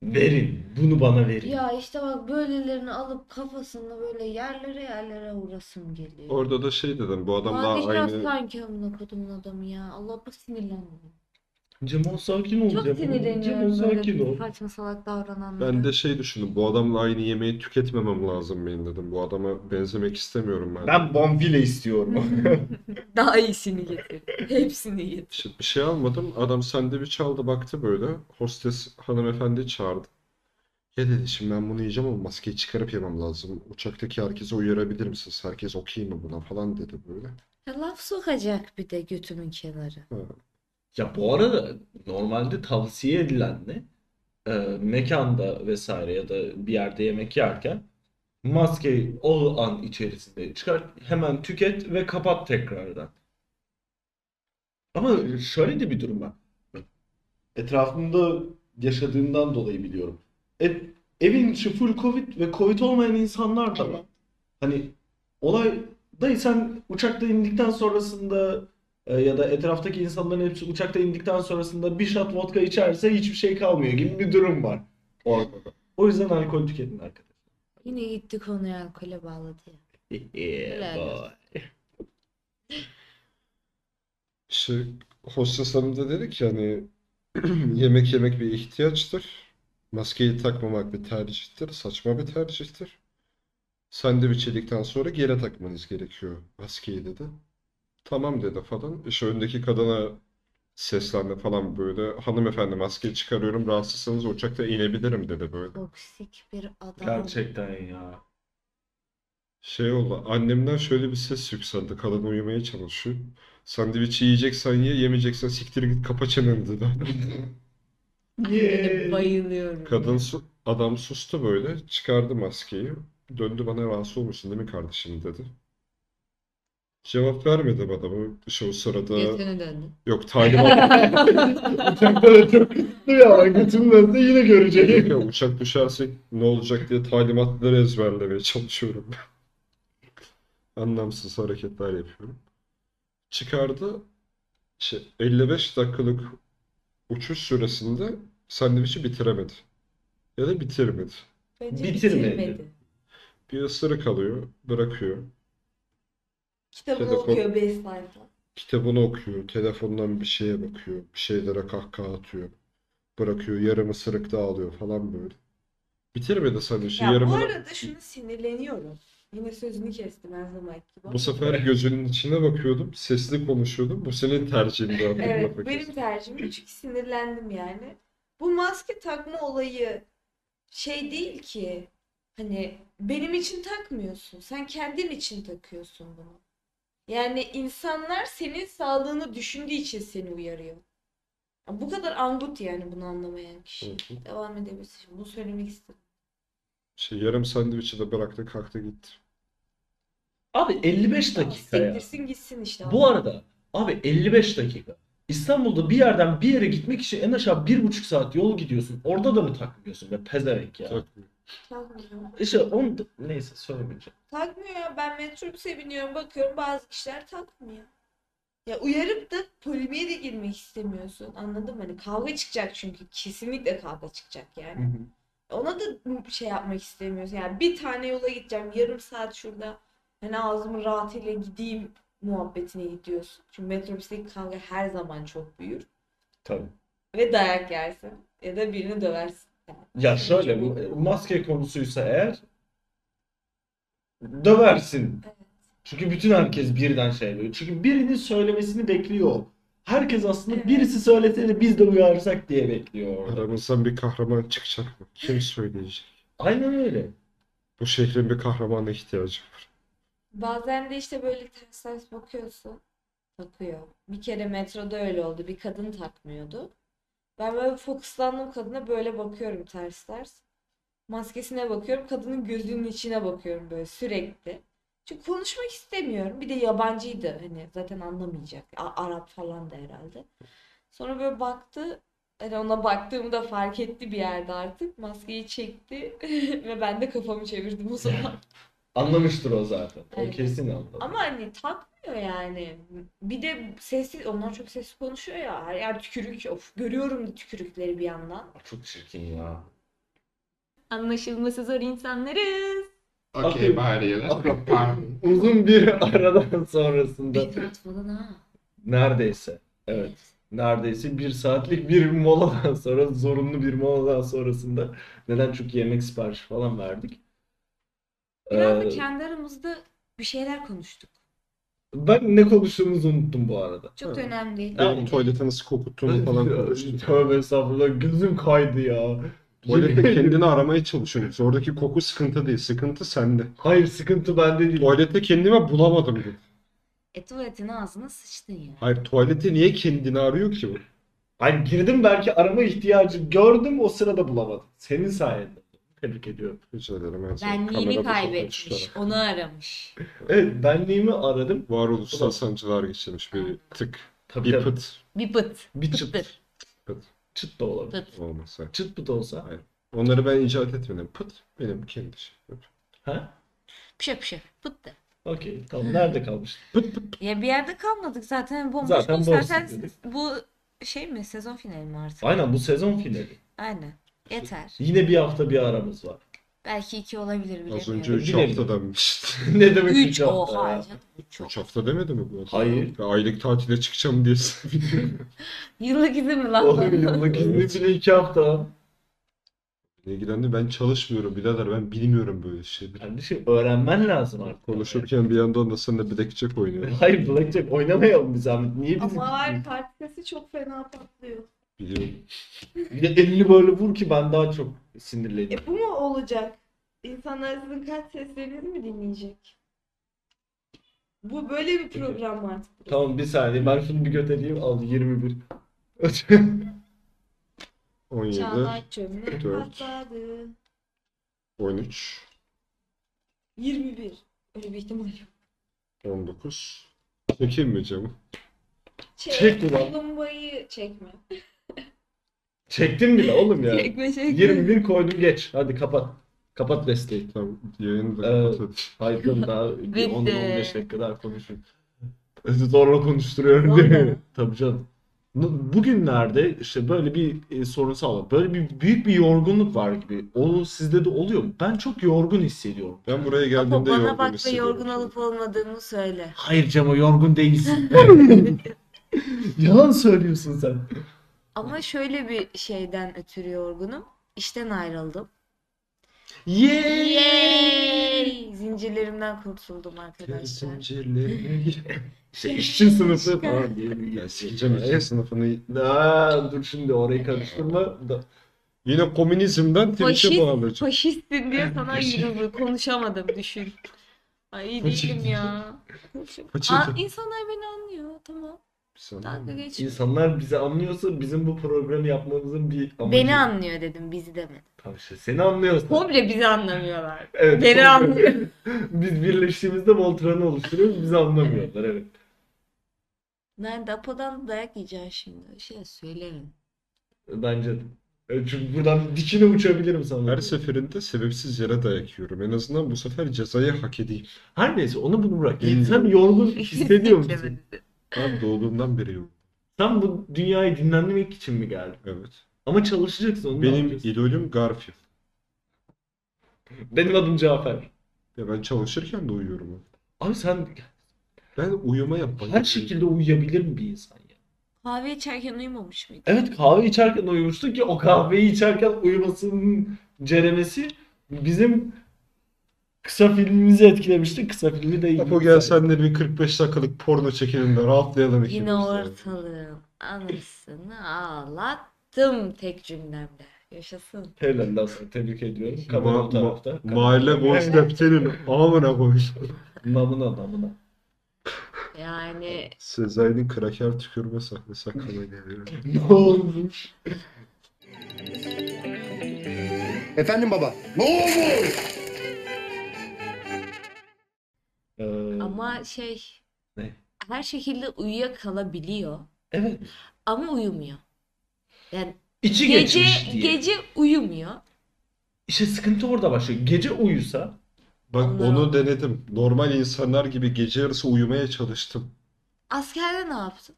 [SPEAKER 1] Verin. Bunu bana verin.
[SPEAKER 3] Ya işte bak böylelerini alıp kafasını böyle yerlere yerlere vurasım geliyor.
[SPEAKER 2] Orada da şey dedim. Bu adam daha
[SPEAKER 3] Padişah
[SPEAKER 2] aynı
[SPEAKER 3] sanki amına kodumun adamı ya. Allah bak sinirlendim.
[SPEAKER 1] Cemo sakin ol
[SPEAKER 3] Çok
[SPEAKER 1] Cemo. Cemo
[SPEAKER 3] sinirleniyorum böyle
[SPEAKER 1] sakin ol.
[SPEAKER 3] saçma salak davrananlara.
[SPEAKER 2] Ben de şey düşündüm. Bu adamla aynı yemeği tüketmemem lazım benim dedim. Bu adama benzemek istemiyorum ben.
[SPEAKER 1] Ben bonfile istiyorum.
[SPEAKER 3] Daha iyisini getir. Hepsini getir.
[SPEAKER 2] İşte bir şey almadım. Adam sandviç aldı baktı böyle. Hostes hanımefendi çağırdı. Ya dedi şimdi ben bunu yiyeceğim ama maskeyi çıkarıp yemem lazım. Uçaktaki herkese uyarabilir misiniz? Herkes okey mi buna falan dedi böyle.
[SPEAKER 3] Ya laf sokacak bir de götümün kenarı.
[SPEAKER 1] Ya bu arada normalde tavsiye edilen ne? Ee, mekanda vesaire ya da bir yerde yemek yerken maskeyi o an içerisinde çıkar, hemen tüket ve kapat tekrardan. Ama şöyle de bir durum var. Etrafımda yaşadığımdan dolayı biliyorum. E- evin içi full Covid ve Covid olmayan insanlar da var.
[SPEAKER 3] Evet.
[SPEAKER 1] Hani olay dayı sen uçakta indikten sonrasında e, ya da etraftaki insanların hepsi uçakta indikten sonrasında bir shot vodka içerse hiçbir şey kalmıyor gibi bir durum var ortada. O yüzden alkol tüketin arkadaşlar.
[SPEAKER 3] Yine gitti konuyu alkole bağladı ya.
[SPEAKER 1] Yeah,
[SPEAKER 3] Helal olsun.
[SPEAKER 1] boy.
[SPEAKER 2] İşte hostes hanım da dedi ki hani yemek yemek bir ihtiyaçtır. Maskeyi takmamak bir tercihtir. Saçma bir tercihtir. Sandviç yedikten sonra geri takmanız gerekiyor maskeyi dedi. Tamam dedi falan. İşte öndeki kadına seslendi falan böyle. Hanımefendi maskeyi çıkarıyorum rahatsızsanız uçakta inebilirim dedi böyle.
[SPEAKER 3] Toksik bir adam.
[SPEAKER 1] Gerçekten ya.
[SPEAKER 2] Şey oldu. Annemden şöyle bir ses yükseldi. Kadın uyumaya çalışıyor. Sandviçi yiyeceksen ye, yemeyeceksen siktir git kapa çeneni dedi.
[SPEAKER 1] Yeah.
[SPEAKER 3] Bayılıyorum.
[SPEAKER 2] Kadın su- adam sustu böyle. Çıkardı maskeyi. Döndü bana rahatsız olmuşsun değil mi kardeşim dedi. Cevap vermedim adamı. İşte o sırada
[SPEAKER 3] Götünü döndü.
[SPEAKER 2] yok talimat
[SPEAKER 1] Uçakta da çok üstü ya. Götürmezse yine görecek.
[SPEAKER 2] ya uçak düşerse ne olacak diye talimatları ezberlemeye çalışıyorum. Anlamsız hareketler yapıyorum. Çıkardı. Şey, 55 dakikalık uçuş süresinde sandviçi bitiremedi. Ya da bitirmedi.
[SPEAKER 4] Bence
[SPEAKER 1] Bitirmedi.
[SPEAKER 2] Bir ısırık alıyor, bırakıyor.
[SPEAKER 4] Kitabını
[SPEAKER 2] Telefon-
[SPEAKER 4] okuyor 5 sayfa.
[SPEAKER 2] Kitabını okuyor, telefondan bir şeye bakıyor, bir şeylere kahkaha atıyor. Bırakıyor, yarım ısırık daha alıyor falan böyle. Bitirmedi sandviçi,
[SPEAKER 4] Ya bu
[SPEAKER 2] yarımını...
[SPEAKER 4] arada şunu sinirleniyorum. Yine sözünü kestim her zaman gibi.
[SPEAKER 2] Bu sefer gözünün içine bakıyordum, sesli konuşuyordum. Bu senin tercihin daha
[SPEAKER 4] Evet benim tercihim çünkü sinirlendim yani. Bu maske takma olayı şey değil ki hani benim için takmıyorsun. Sen kendin için takıyorsun bunu.
[SPEAKER 3] Yani insanlar senin sağlığını düşündüğü için seni uyarıyor. Ya bu kadar angut yani bunu anlamayan kişi.
[SPEAKER 2] Hı hı.
[SPEAKER 3] Devam edebilirsin. Şimdi Bunu söylemek istedim.
[SPEAKER 2] Şey yarım sandviçi de bıraktı kalktı gitti.
[SPEAKER 1] Abi 55
[SPEAKER 3] Ama
[SPEAKER 1] dakika ya.
[SPEAKER 3] Sektirsin gitsin işte.
[SPEAKER 1] Bu arada abi 55 dakika. İstanbul'da bir yerden bir yere gitmek için en aşağı 1,5 saat yol gidiyorsun. Orada da mı takmıyorsun be pezevenk ya?
[SPEAKER 2] Takmıyor.
[SPEAKER 3] Takmıyor.
[SPEAKER 1] İşte on neyse söylemeyeceğim.
[SPEAKER 3] Takmıyor ya. Ben metrobüse biniyorum bakıyorum bazı kişiler takmıyor. Ya uyarıp da polemiğe de girmek istemiyorsun. Anladın mı? Hani kavga çıkacak çünkü. Kesinlikle kavga çıkacak yani. Ona da şey yapmak istemiyorsun. Yani bir tane yola gideceğim. Yarım saat şurada hani ağzımın rahatıyla gideyim muhabbetine gidiyorsun. Çünkü metrobüsteki kavga her zaman çok büyür.
[SPEAKER 1] Tabii.
[SPEAKER 3] Ve dayak yersin. Ya da birini döversin.
[SPEAKER 1] Ya şöyle bu maske konusuysa eğer döversin. Çünkü bütün herkes birden şey yapıyor. Çünkü birinin söylemesini bekliyor. Herkes aslında
[SPEAKER 3] Evet.
[SPEAKER 1] birisi söylese de biz de uyarsak diye bekliyor orada.
[SPEAKER 2] Aramızdan bir kahraman çıkacak mı? Kim söyleyecek?
[SPEAKER 1] Aynen öyle.
[SPEAKER 2] Bu şehrin bir kahramana ihtiyacı var.
[SPEAKER 3] Bazen de işte böyle ters ters bakıyorsun. Takıyor. Bir kere metroda öyle oldu. Bir kadın takmıyordu. Ben böyle fokuslandım kadına böyle bakıyorum ters ters. Maskesine bakıyorum. Kadının gözünün içine bakıyorum böyle sürekli. Çünkü konuşmak istemiyorum. Bir de yabancıydı hani zaten anlamayacak. A- Arap falan da herhalde. Sonra böyle baktı. Hani ona baktığımda fark etti bir yerde artık. Maskeyi çekti ve ben de kafamı çevirdim o zaman.
[SPEAKER 1] Anlamıştır o zaten. O
[SPEAKER 3] Evet.
[SPEAKER 1] kesin anladı.
[SPEAKER 3] Ama hani takmıyor yani. Bir de sessiz, onlar çok sessiz konuşuyor ya. Her yer tükürük. Of görüyorum tükürükleri bir yandan.
[SPEAKER 1] Çok çirkin ya.
[SPEAKER 5] Anlaşılması zor insanlarız.
[SPEAKER 1] Okay.
[SPEAKER 6] Okay, Bahriyeler.
[SPEAKER 1] Okay.
[SPEAKER 6] Pardon.
[SPEAKER 1] Uzun bir aradan sonrasında
[SPEAKER 5] Bir saat falan ha.
[SPEAKER 1] neredeyse evet neredeyse bir saatlik bir moladan sonra zorunlu bir moladan sonrasında neden çünkü yemek siparişi falan verdik.
[SPEAKER 5] Biraz
[SPEAKER 1] Ee,
[SPEAKER 5] da kendi aramızda bir şeyler konuştuk.
[SPEAKER 1] ben ne konuştuğumuzu unuttum bu arada.
[SPEAKER 5] Çok
[SPEAKER 2] Evet.
[SPEAKER 5] da önemli değil.
[SPEAKER 1] Evet.
[SPEAKER 2] Benim tuvalete nasıl kokuttuğunu falan konuştuk.
[SPEAKER 1] Tövbe estağfurullah gözüm kaydı ya.
[SPEAKER 2] Tuvalette kendini aramaya çalışıyoruz. Oradaki koku sıkıntı değil. Sıkıntı sende.
[SPEAKER 1] Hayır sıkıntı bende değil.
[SPEAKER 2] Tuvalette kendime bulamadım dedi.
[SPEAKER 5] E tuvaletin ağzına sıçtın ya.
[SPEAKER 2] Hayır tuvalete niye kendini arıyor ki bu?
[SPEAKER 1] Hayır girdim belki arama ihtiyacı gördüm o sırada bulamadım. Senin sayende. Tebrik ediyorum.
[SPEAKER 2] Rica ederim. Ben sana
[SPEAKER 5] Benliğini
[SPEAKER 2] kamerada
[SPEAKER 5] kaybetmiş.
[SPEAKER 2] sokuyorum.
[SPEAKER 5] Onu aramış.
[SPEAKER 1] Evet benliğimi aradım.
[SPEAKER 2] Varoluşsal sancılar geçirmiş bir tık.
[SPEAKER 1] Tabii
[SPEAKER 2] Bir
[SPEAKER 1] tabii.
[SPEAKER 2] pıt
[SPEAKER 5] Bir pıt.
[SPEAKER 1] Bir çıt.
[SPEAKER 5] Pıttır.
[SPEAKER 1] Çıt da olabilir.
[SPEAKER 5] Pıt.
[SPEAKER 2] olmasa.
[SPEAKER 1] Çıt pıt olsa.
[SPEAKER 2] Hayır. Onları ben icat etmedim. Pıt benim kendi şey.
[SPEAKER 1] Ha?
[SPEAKER 5] Pışa pışa. Pıt da.
[SPEAKER 1] Okey tamam nerede kalmıştık?
[SPEAKER 5] Ya bir yerde kalmadık zaten. Bomboş
[SPEAKER 1] Zaten
[SPEAKER 5] değil.
[SPEAKER 1] boş
[SPEAKER 5] Zaten
[SPEAKER 1] dedik.
[SPEAKER 5] bu şey mi? Sezon finali mi artık?
[SPEAKER 1] Aynen bu sezon finali.
[SPEAKER 5] Aynen. Yeter.
[SPEAKER 1] Yine bir hafta bir aramız var.
[SPEAKER 5] Belki iki olabilir bilemiyorum.
[SPEAKER 2] Az önce şey 3
[SPEAKER 1] Bilemiyorum.
[SPEAKER 2] hafta demişti.
[SPEAKER 1] ne demek
[SPEAKER 5] Üç.
[SPEAKER 1] üç hafta
[SPEAKER 5] Oha
[SPEAKER 1] ya?
[SPEAKER 5] canım. Çok.
[SPEAKER 2] 3 hafta demedi mi bu adam?
[SPEAKER 1] Hayır.
[SPEAKER 2] Ve Aylık tatile çıkacağım diye.
[SPEAKER 5] Yıllık izin mi
[SPEAKER 1] Oğlum
[SPEAKER 5] lan?
[SPEAKER 1] yıllık izni bile iki hafta.
[SPEAKER 2] Ne gidendi ben çalışmıyorum birader ben bilmiyorum böyle şeyleri.
[SPEAKER 1] Kardeşim öğrenmen lazım artık.
[SPEAKER 2] Konuşurken bir yandan da seninle bilekçek oynuyor.
[SPEAKER 1] Hayır Blackjack oynamayalım bir zahmet. Niye biz...
[SPEAKER 3] Ama var partikası çok fena patlıyor.
[SPEAKER 2] Biliyorum.
[SPEAKER 1] Bir de elini böyle vur ki ben daha çok sinirlenirim.
[SPEAKER 3] E bu mu olacak? İnsanlar sizin kalp seslerinizi mi dinleyecek? Bu böyle bir program mı artık.
[SPEAKER 1] Tamam bir saniye ben şunu bir göteleyeyim. Al 21.
[SPEAKER 2] 17,
[SPEAKER 3] Çağlay çömlek
[SPEAKER 2] dört.
[SPEAKER 3] patladı.
[SPEAKER 2] 13,
[SPEAKER 3] 21. Öyle bir ihtimal yok.
[SPEAKER 2] 19. Çekeyim mi camı?
[SPEAKER 3] Çek,
[SPEAKER 1] Çek ulan.
[SPEAKER 3] Lumbayı çekme.
[SPEAKER 1] Çektim bile oğlum ya.
[SPEAKER 5] Çekme çekme.
[SPEAKER 1] 21 koydum geç. Hadi kapat. Kapat desteği.
[SPEAKER 2] Tamam yayını da
[SPEAKER 1] Ee,
[SPEAKER 2] kapat hadi.
[SPEAKER 1] Hayır canım daha 10-15
[SPEAKER 5] Bitti.
[SPEAKER 1] dakika daha konuşayım. Zorla konuşturuyorum değil mi? Tabii canım. Bu- Bugünlerde işte böyle bir e, sorunsal var. Böyle bir büyük bir yorgunluk var gibi. O sizde de oluyor mu? Ben çok yorgun hissediyorum.
[SPEAKER 2] Ben buraya
[SPEAKER 5] Ama
[SPEAKER 2] geldiğimde
[SPEAKER 5] bana
[SPEAKER 2] yorgun
[SPEAKER 5] bak ve
[SPEAKER 2] hissediyorum.
[SPEAKER 5] yorgun olup olmadığımı söyle.
[SPEAKER 1] Hayır Cemo yorgun değilsin. Yalan söylüyorsun sen.
[SPEAKER 5] Ama şöyle bir şeyden ötürü yorgunum. İşten ayrıldım.
[SPEAKER 1] Yay!
[SPEAKER 5] Yay! Zincirlerimden kurtuldum arkadaşlar.
[SPEAKER 2] Zincirleri.
[SPEAKER 1] İşte işçi sınıfı falan diye bir
[SPEAKER 2] Ya sikeceğim işçi sınıfını.
[SPEAKER 1] Aa, dur şimdi orayı karıştırma. Da-
[SPEAKER 2] Yine komünizmden Twitch'e
[SPEAKER 5] Faşist,
[SPEAKER 2] bağlayacağım.
[SPEAKER 5] faşistsin diye sana yürüdü. Konuşamadım düşün.
[SPEAKER 3] Ay iyi değilim ya. Aa,
[SPEAKER 2] Paçete.
[SPEAKER 3] insanlar beni anlıyor. Tamam. Dalga geç.
[SPEAKER 1] İnsanlar bizi anlıyorsa bizim bu programı yapmamızın bir amacı.
[SPEAKER 3] Beni anlıyor dedim bizi demedi.
[SPEAKER 1] Tamam işte seni anlıyorsa.
[SPEAKER 3] Komple bizi anlamıyorlar.
[SPEAKER 1] Evet,
[SPEAKER 3] Beni
[SPEAKER 1] sonra-
[SPEAKER 3] anlıyor.
[SPEAKER 1] Biz birleştiğimizde Voltran'ı oluşturuyoruz. Bizi anlamıyorlar evet.
[SPEAKER 3] Nerede Apo'dan dayak yiyeceksin şimdi. Şey söylerim.
[SPEAKER 1] Bence de. Evet, Çünkü buradan dikine uçabilirim sana.
[SPEAKER 2] Her şey- seferinde sebepsiz yere dayak yiyorum. En azından bu sefer cezayı hak edeyim.
[SPEAKER 1] Her neyse onu bunu bırak.
[SPEAKER 2] Hmm.
[SPEAKER 1] Sen yorgun hissediyor musun?
[SPEAKER 3] Beklemedi.
[SPEAKER 2] Ben doğduğumdan beri yok.
[SPEAKER 1] Sen bu dünyayı dinlenmek için mi geldin?
[SPEAKER 2] Evet.
[SPEAKER 1] Ama çalışacaksın onu da
[SPEAKER 2] Benim
[SPEAKER 1] yapacaksın.
[SPEAKER 2] idolüm Garfield.
[SPEAKER 1] Benim adım Cafer.
[SPEAKER 2] Ya ben çalışırken de uyuyorum.
[SPEAKER 1] Abi sen
[SPEAKER 2] Ben uyuma yapmayı
[SPEAKER 1] her şekilde uyuyabilir bir insan ya.
[SPEAKER 3] Kahve içerken uyumamış mıydı?
[SPEAKER 1] Evet kahve içerken uyumuştu ki o kahveyi içerken uyumasının ceremesi bizim kısa filmimizi etkilemişti. Kısa filmi de iyi.
[SPEAKER 2] Apo gel senle bir 45 dakikalık porno çekelim de rahatlayalım ikimiz de.
[SPEAKER 3] Yine ortalığın anasını ağlattım tek cümlemle. Yaşasın.
[SPEAKER 1] Helal olsun. Tebrik ediyorum.
[SPEAKER 2] Ma-
[SPEAKER 1] Kamera bu
[SPEAKER 2] ma-
[SPEAKER 1] tarafta.
[SPEAKER 2] Mahalle konseptinin amına koymuş.
[SPEAKER 1] Namına namına.
[SPEAKER 3] Yani
[SPEAKER 2] Sezai'nin kraker tükürme sahnesi aklıma geliyor.
[SPEAKER 1] Ne olmuş?
[SPEAKER 7] Efendim baba. Ne olmuş?
[SPEAKER 1] Ee,
[SPEAKER 3] ama şey
[SPEAKER 1] Ne?
[SPEAKER 3] her şekilde uyuyakalabiliyor
[SPEAKER 1] evet.
[SPEAKER 3] ama uyumuyor. Yani
[SPEAKER 1] İçi
[SPEAKER 3] gece
[SPEAKER 1] geçmiş diye.
[SPEAKER 3] gece uyumuyor.
[SPEAKER 1] İşte sıkıntı orada başlıyor. Gece uyusa
[SPEAKER 2] Bak
[SPEAKER 3] Onlara-
[SPEAKER 2] onu denedim. Normal insanlar gibi gece yarısı uyumaya çalıştım.
[SPEAKER 3] Askerde ne yaptın?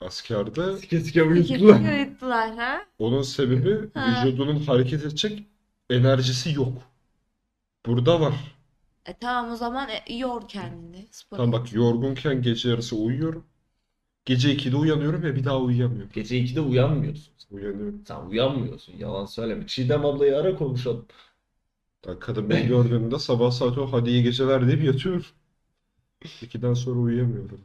[SPEAKER 2] Askerde
[SPEAKER 1] sike sike uyuttular.
[SPEAKER 3] Fikir ettiler ha?
[SPEAKER 2] onun sebebi
[SPEAKER 3] Ha.
[SPEAKER 2] vücudunun hareket edecek enerjisi yok. Burada var.
[SPEAKER 3] E tamam o zaman e, yor kendini. Spor
[SPEAKER 2] Tam
[SPEAKER 3] et.
[SPEAKER 2] bak yorgunken gece yarısı uyuyorum. Gece 2'de uyanıyorum ve bir daha uyuyamıyorum.
[SPEAKER 1] Gece 2'de uyanmıyorsun.
[SPEAKER 2] Uyanıyorum.
[SPEAKER 1] Sen uyanmıyorsun. Yalan söyleme. Çiğdem ablayı ara konuşalım.
[SPEAKER 2] Yani kadın beni gördüğümde sabah saat o hadi iyi geceler deyip yatıyor. 2'den sonra uyuyamıyorum.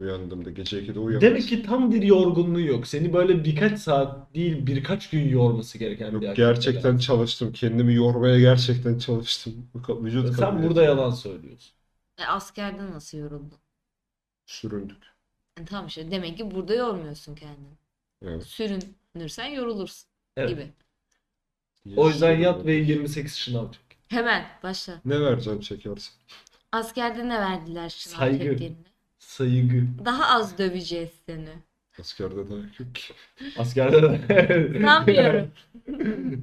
[SPEAKER 2] Uyandığımda gece 2'de uyanıyorum.
[SPEAKER 1] Demek ki tam bir yorgunluğu yok. Seni böyle birkaç saat değil birkaç gün yorması gereken
[SPEAKER 2] Yok
[SPEAKER 1] bir aktivite
[SPEAKER 2] gerçekten
[SPEAKER 1] lazım.
[SPEAKER 2] çalıştım. Kendimi yormaya gerçekten çalıştım. Bu ka- Vücut kabul
[SPEAKER 1] Sen burada
[SPEAKER 2] etmiyor.
[SPEAKER 1] yalan söylüyorsun.
[SPEAKER 3] E, askerde nasıl yoruldun?
[SPEAKER 2] Süründük.
[SPEAKER 3] E, tamam işte demek ki burada yormuyorsun kendini.
[SPEAKER 2] Evet.
[SPEAKER 3] Sürünürsen yorulursun
[SPEAKER 1] Evet.
[SPEAKER 3] gibi.
[SPEAKER 1] O yüzden yat
[SPEAKER 2] Süründük.
[SPEAKER 1] ve 28 şınav çek.
[SPEAKER 3] Hemen başla.
[SPEAKER 2] Ne vereceğim çekersin?
[SPEAKER 3] Askerde ne verdiler şınav
[SPEAKER 1] Saygı.
[SPEAKER 3] çektiğinde?
[SPEAKER 1] Saygı.
[SPEAKER 3] Daha az döveceğiz seni.
[SPEAKER 2] Askerde dayak yok ki.
[SPEAKER 1] Askerde de.
[SPEAKER 3] Sanmıyorum.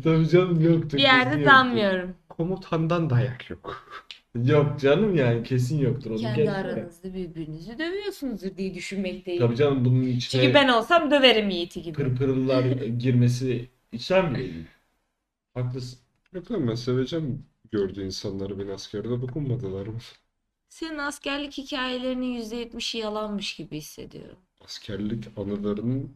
[SPEAKER 1] Tabii canım yoktu.
[SPEAKER 3] Bir
[SPEAKER 1] kesin
[SPEAKER 3] yerde
[SPEAKER 1] yoktu.
[SPEAKER 3] sanmıyorum.
[SPEAKER 2] Komutandan dayak yok.
[SPEAKER 1] Yok canım yani kesin yoktur. Onu
[SPEAKER 3] Kendi
[SPEAKER 1] geçme.
[SPEAKER 3] aranızda birbirinizi dövüyorsunuzdur diye düşünmekteyim.
[SPEAKER 1] Tabii canım bunun içine
[SPEAKER 3] Çünkü ben olsam döverim Yiğit'i gibi.
[SPEAKER 1] pırpırlar girmesi içer mi değil? Haklısın.
[SPEAKER 2] Yok lan ben seveceğim gördüğü insanları beni askerde dokunmadılar mı?
[SPEAKER 3] Senin askerlik hikayelerinin %70'i yalanmış gibi hissediyorum.
[SPEAKER 2] Askerlik anılarının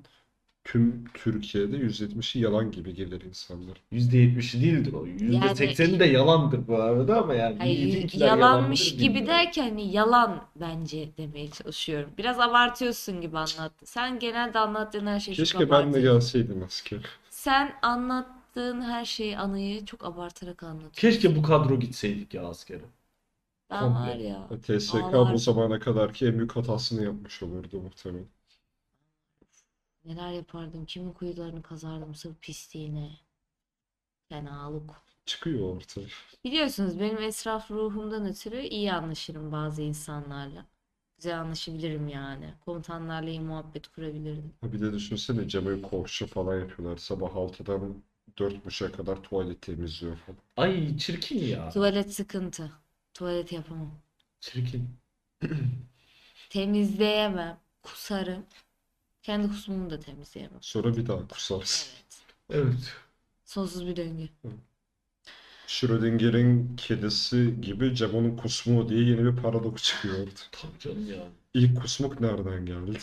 [SPEAKER 2] tüm Türkiye'de 170'i yalan gibi gelir insanlar.
[SPEAKER 1] %70'i değildir o. %80'i de yalandır bu arada ama yani.
[SPEAKER 3] Hayır,
[SPEAKER 1] bizimkiler
[SPEAKER 3] yalanmış
[SPEAKER 1] yalandır
[SPEAKER 3] gibi
[SPEAKER 1] bilmiyorum.
[SPEAKER 3] derken hani yalan bence demeye çalışıyorum. Biraz abartıyorsun gibi anlattın. Sen genelde anlattığın her şeyi çok
[SPEAKER 2] Keşke ben de
[SPEAKER 3] abartıyorsun.
[SPEAKER 2] gelseydim asker.
[SPEAKER 3] Sen anlattığın her şeyi, anıyı çok abartarak anlatıyorsun.
[SPEAKER 1] Keşke bu kadro gitseydik ya askere.
[SPEAKER 3] Ben
[SPEAKER 1] komple.
[SPEAKER 3] var ya.
[SPEAKER 2] TSK
[SPEAKER 3] Ağlar.
[SPEAKER 2] bu zamana kadarki en büyük hatasını yapmış olurdu muhtemelen.
[SPEAKER 3] Neler yapardım? Kimin kuyularını kazardım sırf pisliğine. Fenalık.
[SPEAKER 2] Çıkıyor ortaya.
[SPEAKER 3] Biliyorsunuz benim esraf ruhumdan ötürü iyi anlaşırım bazı insanlarla. Güzel anlaşabilirim yani. Komutanlarla iyi muhabbet kurabilirim.
[SPEAKER 2] Ha Bir de düşünsene Cemal'i koğuşçu falan yapıyorlar. Sabah 6'dan 4.30'a kadar tuvalet temizliyor falan.
[SPEAKER 1] Ay çirkin ya.
[SPEAKER 3] Tuvalet sıkıntı. Tuvalet yapamam.
[SPEAKER 1] Çirkin.
[SPEAKER 3] Temizleyemem. Kusarım. Kendi kusmumu da temizleyemem.
[SPEAKER 2] Sonra bir daha kusarsın.
[SPEAKER 3] Evet.
[SPEAKER 1] Evet.
[SPEAKER 3] Sonsuz bir döngü.
[SPEAKER 2] Schrödinger'in kedisi gibi Cemal'in kusmuğu diye yeni bir paradoks çıkıyordu.
[SPEAKER 1] Tabii canım ya.
[SPEAKER 2] İlk kusmuk nereden geldi?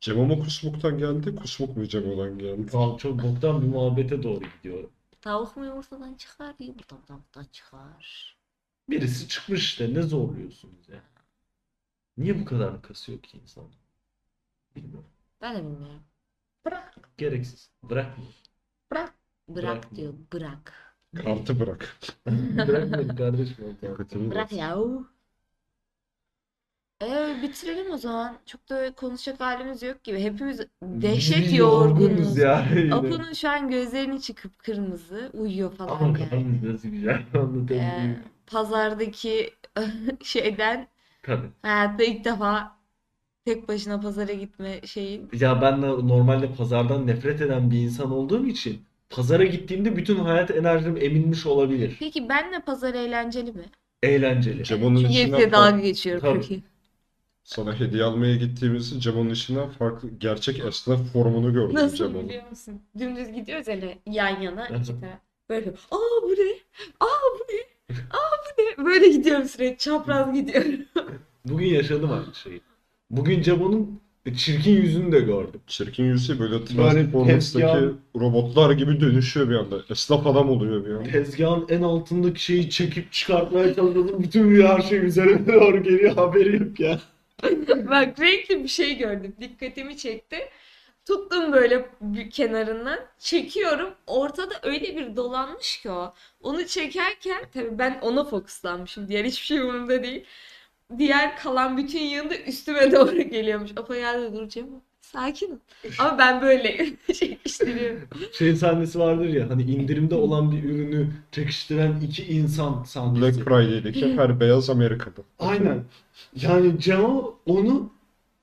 [SPEAKER 2] Cemal mı kusmuktan geldi, kusmuk mu Cemal'den geldi?
[SPEAKER 1] Tamam çok boktan bir muhabbete doğru gidiyor.
[SPEAKER 3] Tavuk mu yumurtadan çıkar, yumurta mı tavuktan çıkar?
[SPEAKER 1] Birisi çıkmış işte ne zorluyorsunuz ya. Niye bu kadar kasıyor ki insan? Bilmiyorum.
[SPEAKER 3] Ben de bilmiyorum.
[SPEAKER 1] Gereksiz. Bırak.
[SPEAKER 3] Bırak
[SPEAKER 1] Bırak mı?
[SPEAKER 3] diyor, bırak.
[SPEAKER 2] Kartı bırak.
[SPEAKER 1] Bırakmadı kardeşim. o kadar.
[SPEAKER 2] Dikkatimi
[SPEAKER 3] Bırak
[SPEAKER 2] dağıt.
[SPEAKER 3] ya. Ee, bitirelim o zaman. Çok da konuşacak halimiz yok gibi. Hepimiz dehşet
[SPEAKER 1] Biz yorgunuz
[SPEAKER 3] yorgunuz.
[SPEAKER 1] ya. yine.
[SPEAKER 3] Apo'nun şu an gözlerini çıkıp kırmızı uyuyor falan
[SPEAKER 1] Aman
[SPEAKER 3] yani.
[SPEAKER 1] kafamız nasıl şey güzel
[SPEAKER 3] Ee,
[SPEAKER 1] anlatabilirim.
[SPEAKER 3] pazardaki şeyden
[SPEAKER 1] Tabii.
[SPEAKER 3] hayatta ilk defa tek başına pazara gitme şeyin.
[SPEAKER 1] Ya ben de normalde pazardan nefret eden bir insan olduğum için pazara gittiğimde bütün hayat enerjim eminmiş olabilir.
[SPEAKER 3] Peki benle pazar eğlenceli mi?
[SPEAKER 1] Eğlenceli.
[SPEAKER 2] Cemo'nun
[SPEAKER 3] Çünkü
[SPEAKER 2] içinden
[SPEAKER 3] hepsiyle
[SPEAKER 2] farklı-
[SPEAKER 3] dalga geçiyorum
[SPEAKER 1] Tabii.
[SPEAKER 3] çünkü.
[SPEAKER 2] Sana hediye almaya gittiğimizde Cemo'nun içinden farklı gerçek esnaf formunu gördüm
[SPEAKER 3] Nasıl
[SPEAKER 2] Cemo'nun.
[SPEAKER 3] biliyor musun? Dümdüz gidiyoruz hele yan yana
[SPEAKER 1] Aha.
[SPEAKER 3] iki tane. Böyle yapıyor. Aa bu ne? Aa bu ne? Aa bu ne? Böyle gidiyorum sürekli. Çapraz gidiyorum.
[SPEAKER 1] Bugün yaşadım aynı şeyi. Bugün Cemo'nun çirkin yüzünü de gördüm.
[SPEAKER 2] Çirkin Yusuf böyle
[SPEAKER 1] tezgah-
[SPEAKER 2] Transformers'taki robotlar gibi dönüşüyor bir anda. Esnaf adam oluyor bir anda.
[SPEAKER 1] Tezgahın en altındaki şeyi çekip çıkartmaya çalışıyordum. Bütün rüya her şey üzerime doğru geliyor. Haberi yok ya.
[SPEAKER 3] Bak renkli bir şey gördüm. Dikkatimi çekti. Tuttum böyle bir kenarından. Çekiyorum. Ortada öyle bir dolanmış ki o. Onu çekerken tabii ben ona fokuslanmışım. Diğer hiçbir şey umurumda değil. Diğer kalan bütün yığında üstüme doğru geliyormuş. Apa yerde duracağım. Sakin ol. Ama ben böyle çekiştiriyorum.
[SPEAKER 1] Şey sahnesi vardır ya hani indirimde olan bir ürünü çekiştiren iki insan
[SPEAKER 2] Black
[SPEAKER 1] sahnesi.
[SPEAKER 2] Friday'deki her beyaz Amerika'da.
[SPEAKER 1] Aynen. Yani Cemo onu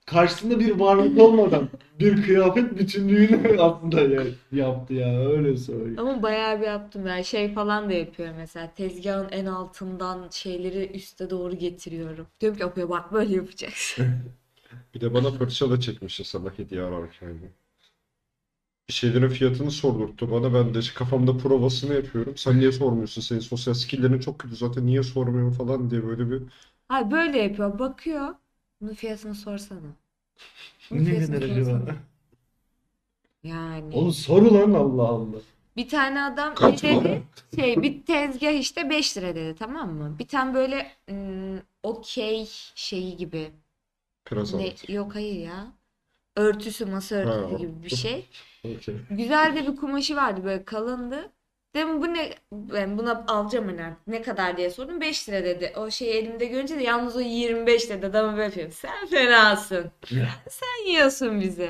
[SPEAKER 1] karşısında bir varlık olmadan bir kıyafet bütünlüğünü aslında ya- yaptı ya öyle söyleyeyim.
[SPEAKER 3] Ama bayağı bir yaptım yani şey falan da yapıyorum mesela tezgahın en altından şeyleri üste doğru getiriyorum. Diyorum ki Apa'ya bak böyle yapacaksın.
[SPEAKER 2] Bir de bana fırça da çekmişti sana hediye ararken. Bir şeylerin fiyatını sordurttu bana. Ben de kafamda provasını yapıyorum. Sen niye sormuyorsun? Senin sosyal skill'lerin çok kötü zaten. Niye sormuyorsun falan diye böyle bir
[SPEAKER 3] Hayır böyle yapıyor bakıyor. Bunun fiyatını sorsana.
[SPEAKER 1] Ne
[SPEAKER 3] Bunun fiyatını
[SPEAKER 1] kadar acaba?
[SPEAKER 3] sorsana. Yani.
[SPEAKER 1] Oğlum soru lan Allah Allah.
[SPEAKER 3] Bir tane adam ne
[SPEAKER 2] Kaç
[SPEAKER 3] dedi?
[SPEAKER 2] para?
[SPEAKER 3] Şey bir tezgah işte 5 lira dedi tamam mı? Bir tane böyle ım, okey şeyi gibi.
[SPEAKER 2] biraz
[SPEAKER 3] Ne-
[SPEAKER 2] anlat.
[SPEAKER 3] yok hayır ya. Örtüsü masa örtüsü gibi bir şey.
[SPEAKER 2] Okey.
[SPEAKER 3] Güzel de bir kumaşı vardı böyle kalındı. Dedim bu ne ben buna alacağım hani ne kadar diye sordum 5 lira dedi. O şeyi elimde görünce de yalnız o 25 dedi adama böyle yapıyorum. Sen fenasın. Sen, sen yiyorsun bizi.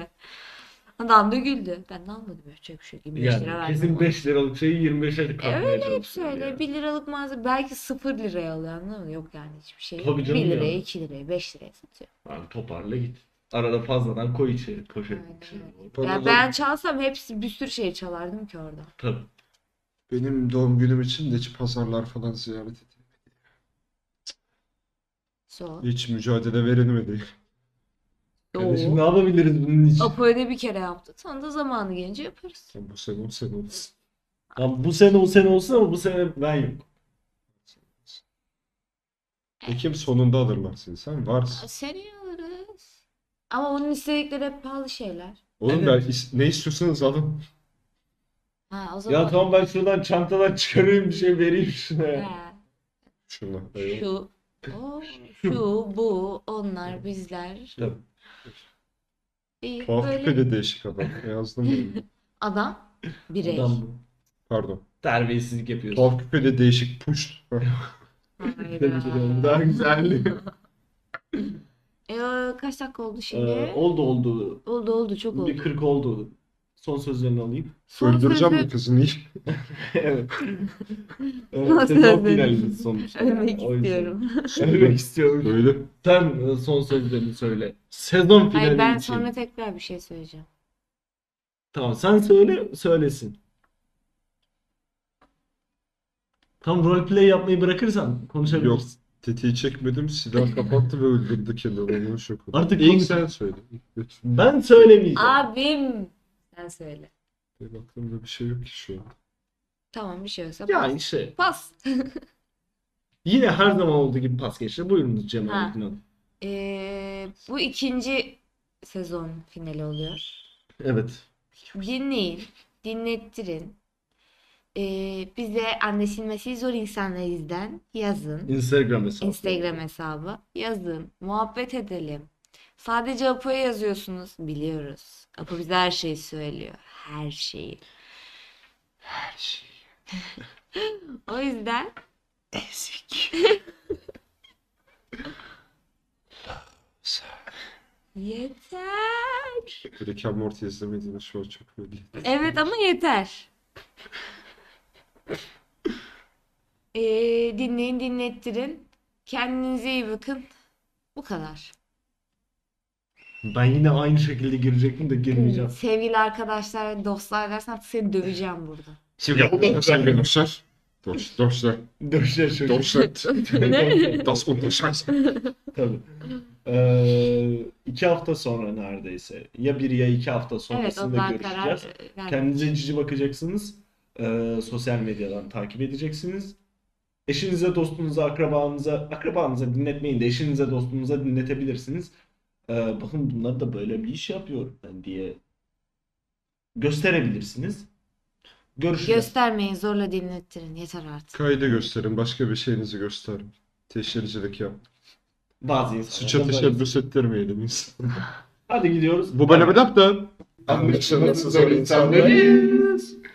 [SPEAKER 3] Adam da güldü. Ben de anladım yapacak bir şey yok. 25 lira
[SPEAKER 1] Yani
[SPEAKER 3] verdim
[SPEAKER 1] kesin
[SPEAKER 3] ona.
[SPEAKER 1] 5 liralık şeyi 25'e
[SPEAKER 3] E
[SPEAKER 1] katmaya
[SPEAKER 3] öyle hep
[SPEAKER 1] çalışıyor
[SPEAKER 3] söyle.
[SPEAKER 1] ya.
[SPEAKER 3] 1 liralık malzeme belki 0 liraya alıyor anladın mı? Yok yani hiçbir şey.
[SPEAKER 1] Tabii canım
[SPEAKER 3] 1 liraya,
[SPEAKER 1] ya.
[SPEAKER 3] 2 liraya, 5 liraya satıyor.
[SPEAKER 1] Abi toparla git. Arada fazladan koy içeri poşet
[SPEAKER 3] Aynen
[SPEAKER 1] içeri.
[SPEAKER 2] Bana
[SPEAKER 3] Ya
[SPEAKER 2] da-
[SPEAKER 3] ben çalsam hepsi bir sürü şey çalardım ki orada.
[SPEAKER 1] Tabii.
[SPEAKER 2] Benim doğum günüm için de hiç pazarlar falan ziyaret edildi.
[SPEAKER 3] So.
[SPEAKER 2] Hiç mücadele verilmedi.
[SPEAKER 1] Kardeşim ne yapabiliriz bunun için?
[SPEAKER 3] Apo öyle bir kere yaptı. Sonra da zamanı gelince yaparız.
[SPEAKER 2] Bu sene o sene olsun.
[SPEAKER 1] Lan bu sene o sene olsun ama bu sene ben yok.
[SPEAKER 2] Ekim sonunda alırlar seni. Sen varsın.
[SPEAKER 3] Seni alırız. Ama onun istedikleri hep pahalı şeyler.
[SPEAKER 2] Oğlum ben
[SPEAKER 1] Evet.
[SPEAKER 2] is- ne istiyorsanız alın.
[SPEAKER 3] Ha o zaman
[SPEAKER 1] Ya tamam ben şuradan çantadan çıkarayım bir şey vereyim şuna ya.
[SPEAKER 3] He,
[SPEAKER 2] Şunlar.
[SPEAKER 3] şu, o, şu, bu, onlar, bizler.
[SPEAKER 1] Tabii.
[SPEAKER 3] Bir
[SPEAKER 2] Tuhaf tipi
[SPEAKER 3] böyle
[SPEAKER 2] de değişik adam. E, Yazdım bunu.
[SPEAKER 3] adam, birey.
[SPEAKER 1] Ulan bu
[SPEAKER 2] Pardon.
[SPEAKER 1] terbiyesizlik yapıyorsun.
[SPEAKER 2] Tuhaf tipi de değişik puşt.
[SPEAKER 1] Tebrik ediyorum. Daha güzeldi.
[SPEAKER 3] E, o kaç dakika oldu şimdi?
[SPEAKER 1] Ee, oldu oldu.
[SPEAKER 3] oldu oldu çok oldu.
[SPEAKER 1] Bir 40 oldu. Son sözlerini alayım.
[SPEAKER 3] Son
[SPEAKER 2] Öldüreceğim
[SPEAKER 3] sözü-
[SPEAKER 2] bu kızı niye?
[SPEAKER 1] evet.
[SPEAKER 3] Son
[SPEAKER 1] evet sezon
[SPEAKER 3] sözlerini-
[SPEAKER 1] finalimiz sonuçta.
[SPEAKER 3] Ölmek
[SPEAKER 1] O yüzden.
[SPEAKER 3] istiyorum.
[SPEAKER 1] Ölmek istiyorum.
[SPEAKER 2] Böyle.
[SPEAKER 1] Sen e, son sözlerini söyle. Sezon finali
[SPEAKER 3] Hayır ben
[SPEAKER 1] için.
[SPEAKER 3] sonra tekrar bir şey söyleyeceğim.
[SPEAKER 1] Tamam sen söyle söylesin. Tam roleplay yapmayı bırakırsan
[SPEAKER 2] Yok.
[SPEAKER 1] konuşabiliriz.
[SPEAKER 2] Tetiği çekmedim. Silah kapattı ve öldürdü kendini. Onu şok oldum.
[SPEAKER 1] Artık
[SPEAKER 2] İlk
[SPEAKER 1] konuş-
[SPEAKER 2] sen söyle. Lütfen.
[SPEAKER 1] Ben söylemeyeceğim.
[SPEAKER 3] Abim sen söyle.
[SPEAKER 2] Benim aklımda bir şey yok ki şu an.
[SPEAKER 3] Tamam bir şey yoksa
[SPEAKER 1] Yani işte
[SPEAKER 3] pas.
[SPEAKER 1] yine her zaman olduğu gibi pas geçti. Buyurunuz Cem
[SPEAKER 3] Ha.
[SPEAKER 1] Aydın.
[SPEAKER 3] Ee, bu ikinci sezon finali oluyor.
[SPEAKER 1] Evet.
[SPEAKER 3] Dinleyin, dinlettirin. Ee, bize anlaşılması zor insanlarızdan yazın.
[SPEAKER 1] Instagram hesabı.
[SPEAKER 3] Instagram hesabı yazın. Muhabbet edelim. Sadece Apo'ya yazıyorsunuz. Biliyoruz. Apo bize her şeyi söylüyor. Her şeyi. Her şeyi. O yüzden
[SPEAKER 1] Ezik.
[SPEAKER 3] yeter.
[SPEAKER 2] Rick and Morty izlemediğini şu an çok belli.
[SPEAKER 3] Evet ama yeter. Ee, dinleyin dinlettirin. Kendinize iyi bakın. Bu kadar.
[SPEAKER 8] Ben yine aynı şekilde girecektim de girmeyeceğim.
[SPEAKER 3] Hmm, Sevgili arkadaşlar ve dostlar dersen artık seni döveceğim burada.
[SPEAKER 8] Şimdi
[SPEAKER 2] Sen dostlar. Dost, dostlar.
[SPEAKER 8] Dövüşler çocuk.
[SPEAKER 2] Dostlar. Das unterscheiß.
[SPEAKER 1] Tabii. Ee, iki hafta sonra neredeyse. Ya bir ya iki hafta
[SPEAKER 3] Evet
[SPEAKER 1] sonrasında
[SPEAKER 3] ondan
[SPEAKER 1] görüşeceğiz.
[SPEAKER 3] karar e, ver.
[SPEAKER 1] Kendinize cici bakacaksınız. Ee, sosyal medyadan takip edeceksiniz. Eşinize, dostunuza, akrabanıza, akrabanıza dinletmeyin de eşinize, dostunuza dinletebilirsiniz. Ee, bakın bunlar da böyle bir iş yapıyor ben diye gösterebilirsiniz. Görüşürüz.
[SPEAKER 3] Göstermeyin zorla dinlettirin. Yeter artık.
[SPEAKER 2] Kaydı gösterin. Başka bir şeyinizi gösterin. Teşhircilik yap.
[SPEAKER 1] Bazı insanlar
[SPEAKER 2] Suça
[SPEAKER 1] da böyle.
[SPEAKER 2] teşebbüs ettirmeyelim insan.
[SPEAKER 1] Hadi gidiyoruz.
[SPEAKER 2] Bu bölümü de yaptın.
[SPEAKER 7] Anlaşılması zor insanlarız.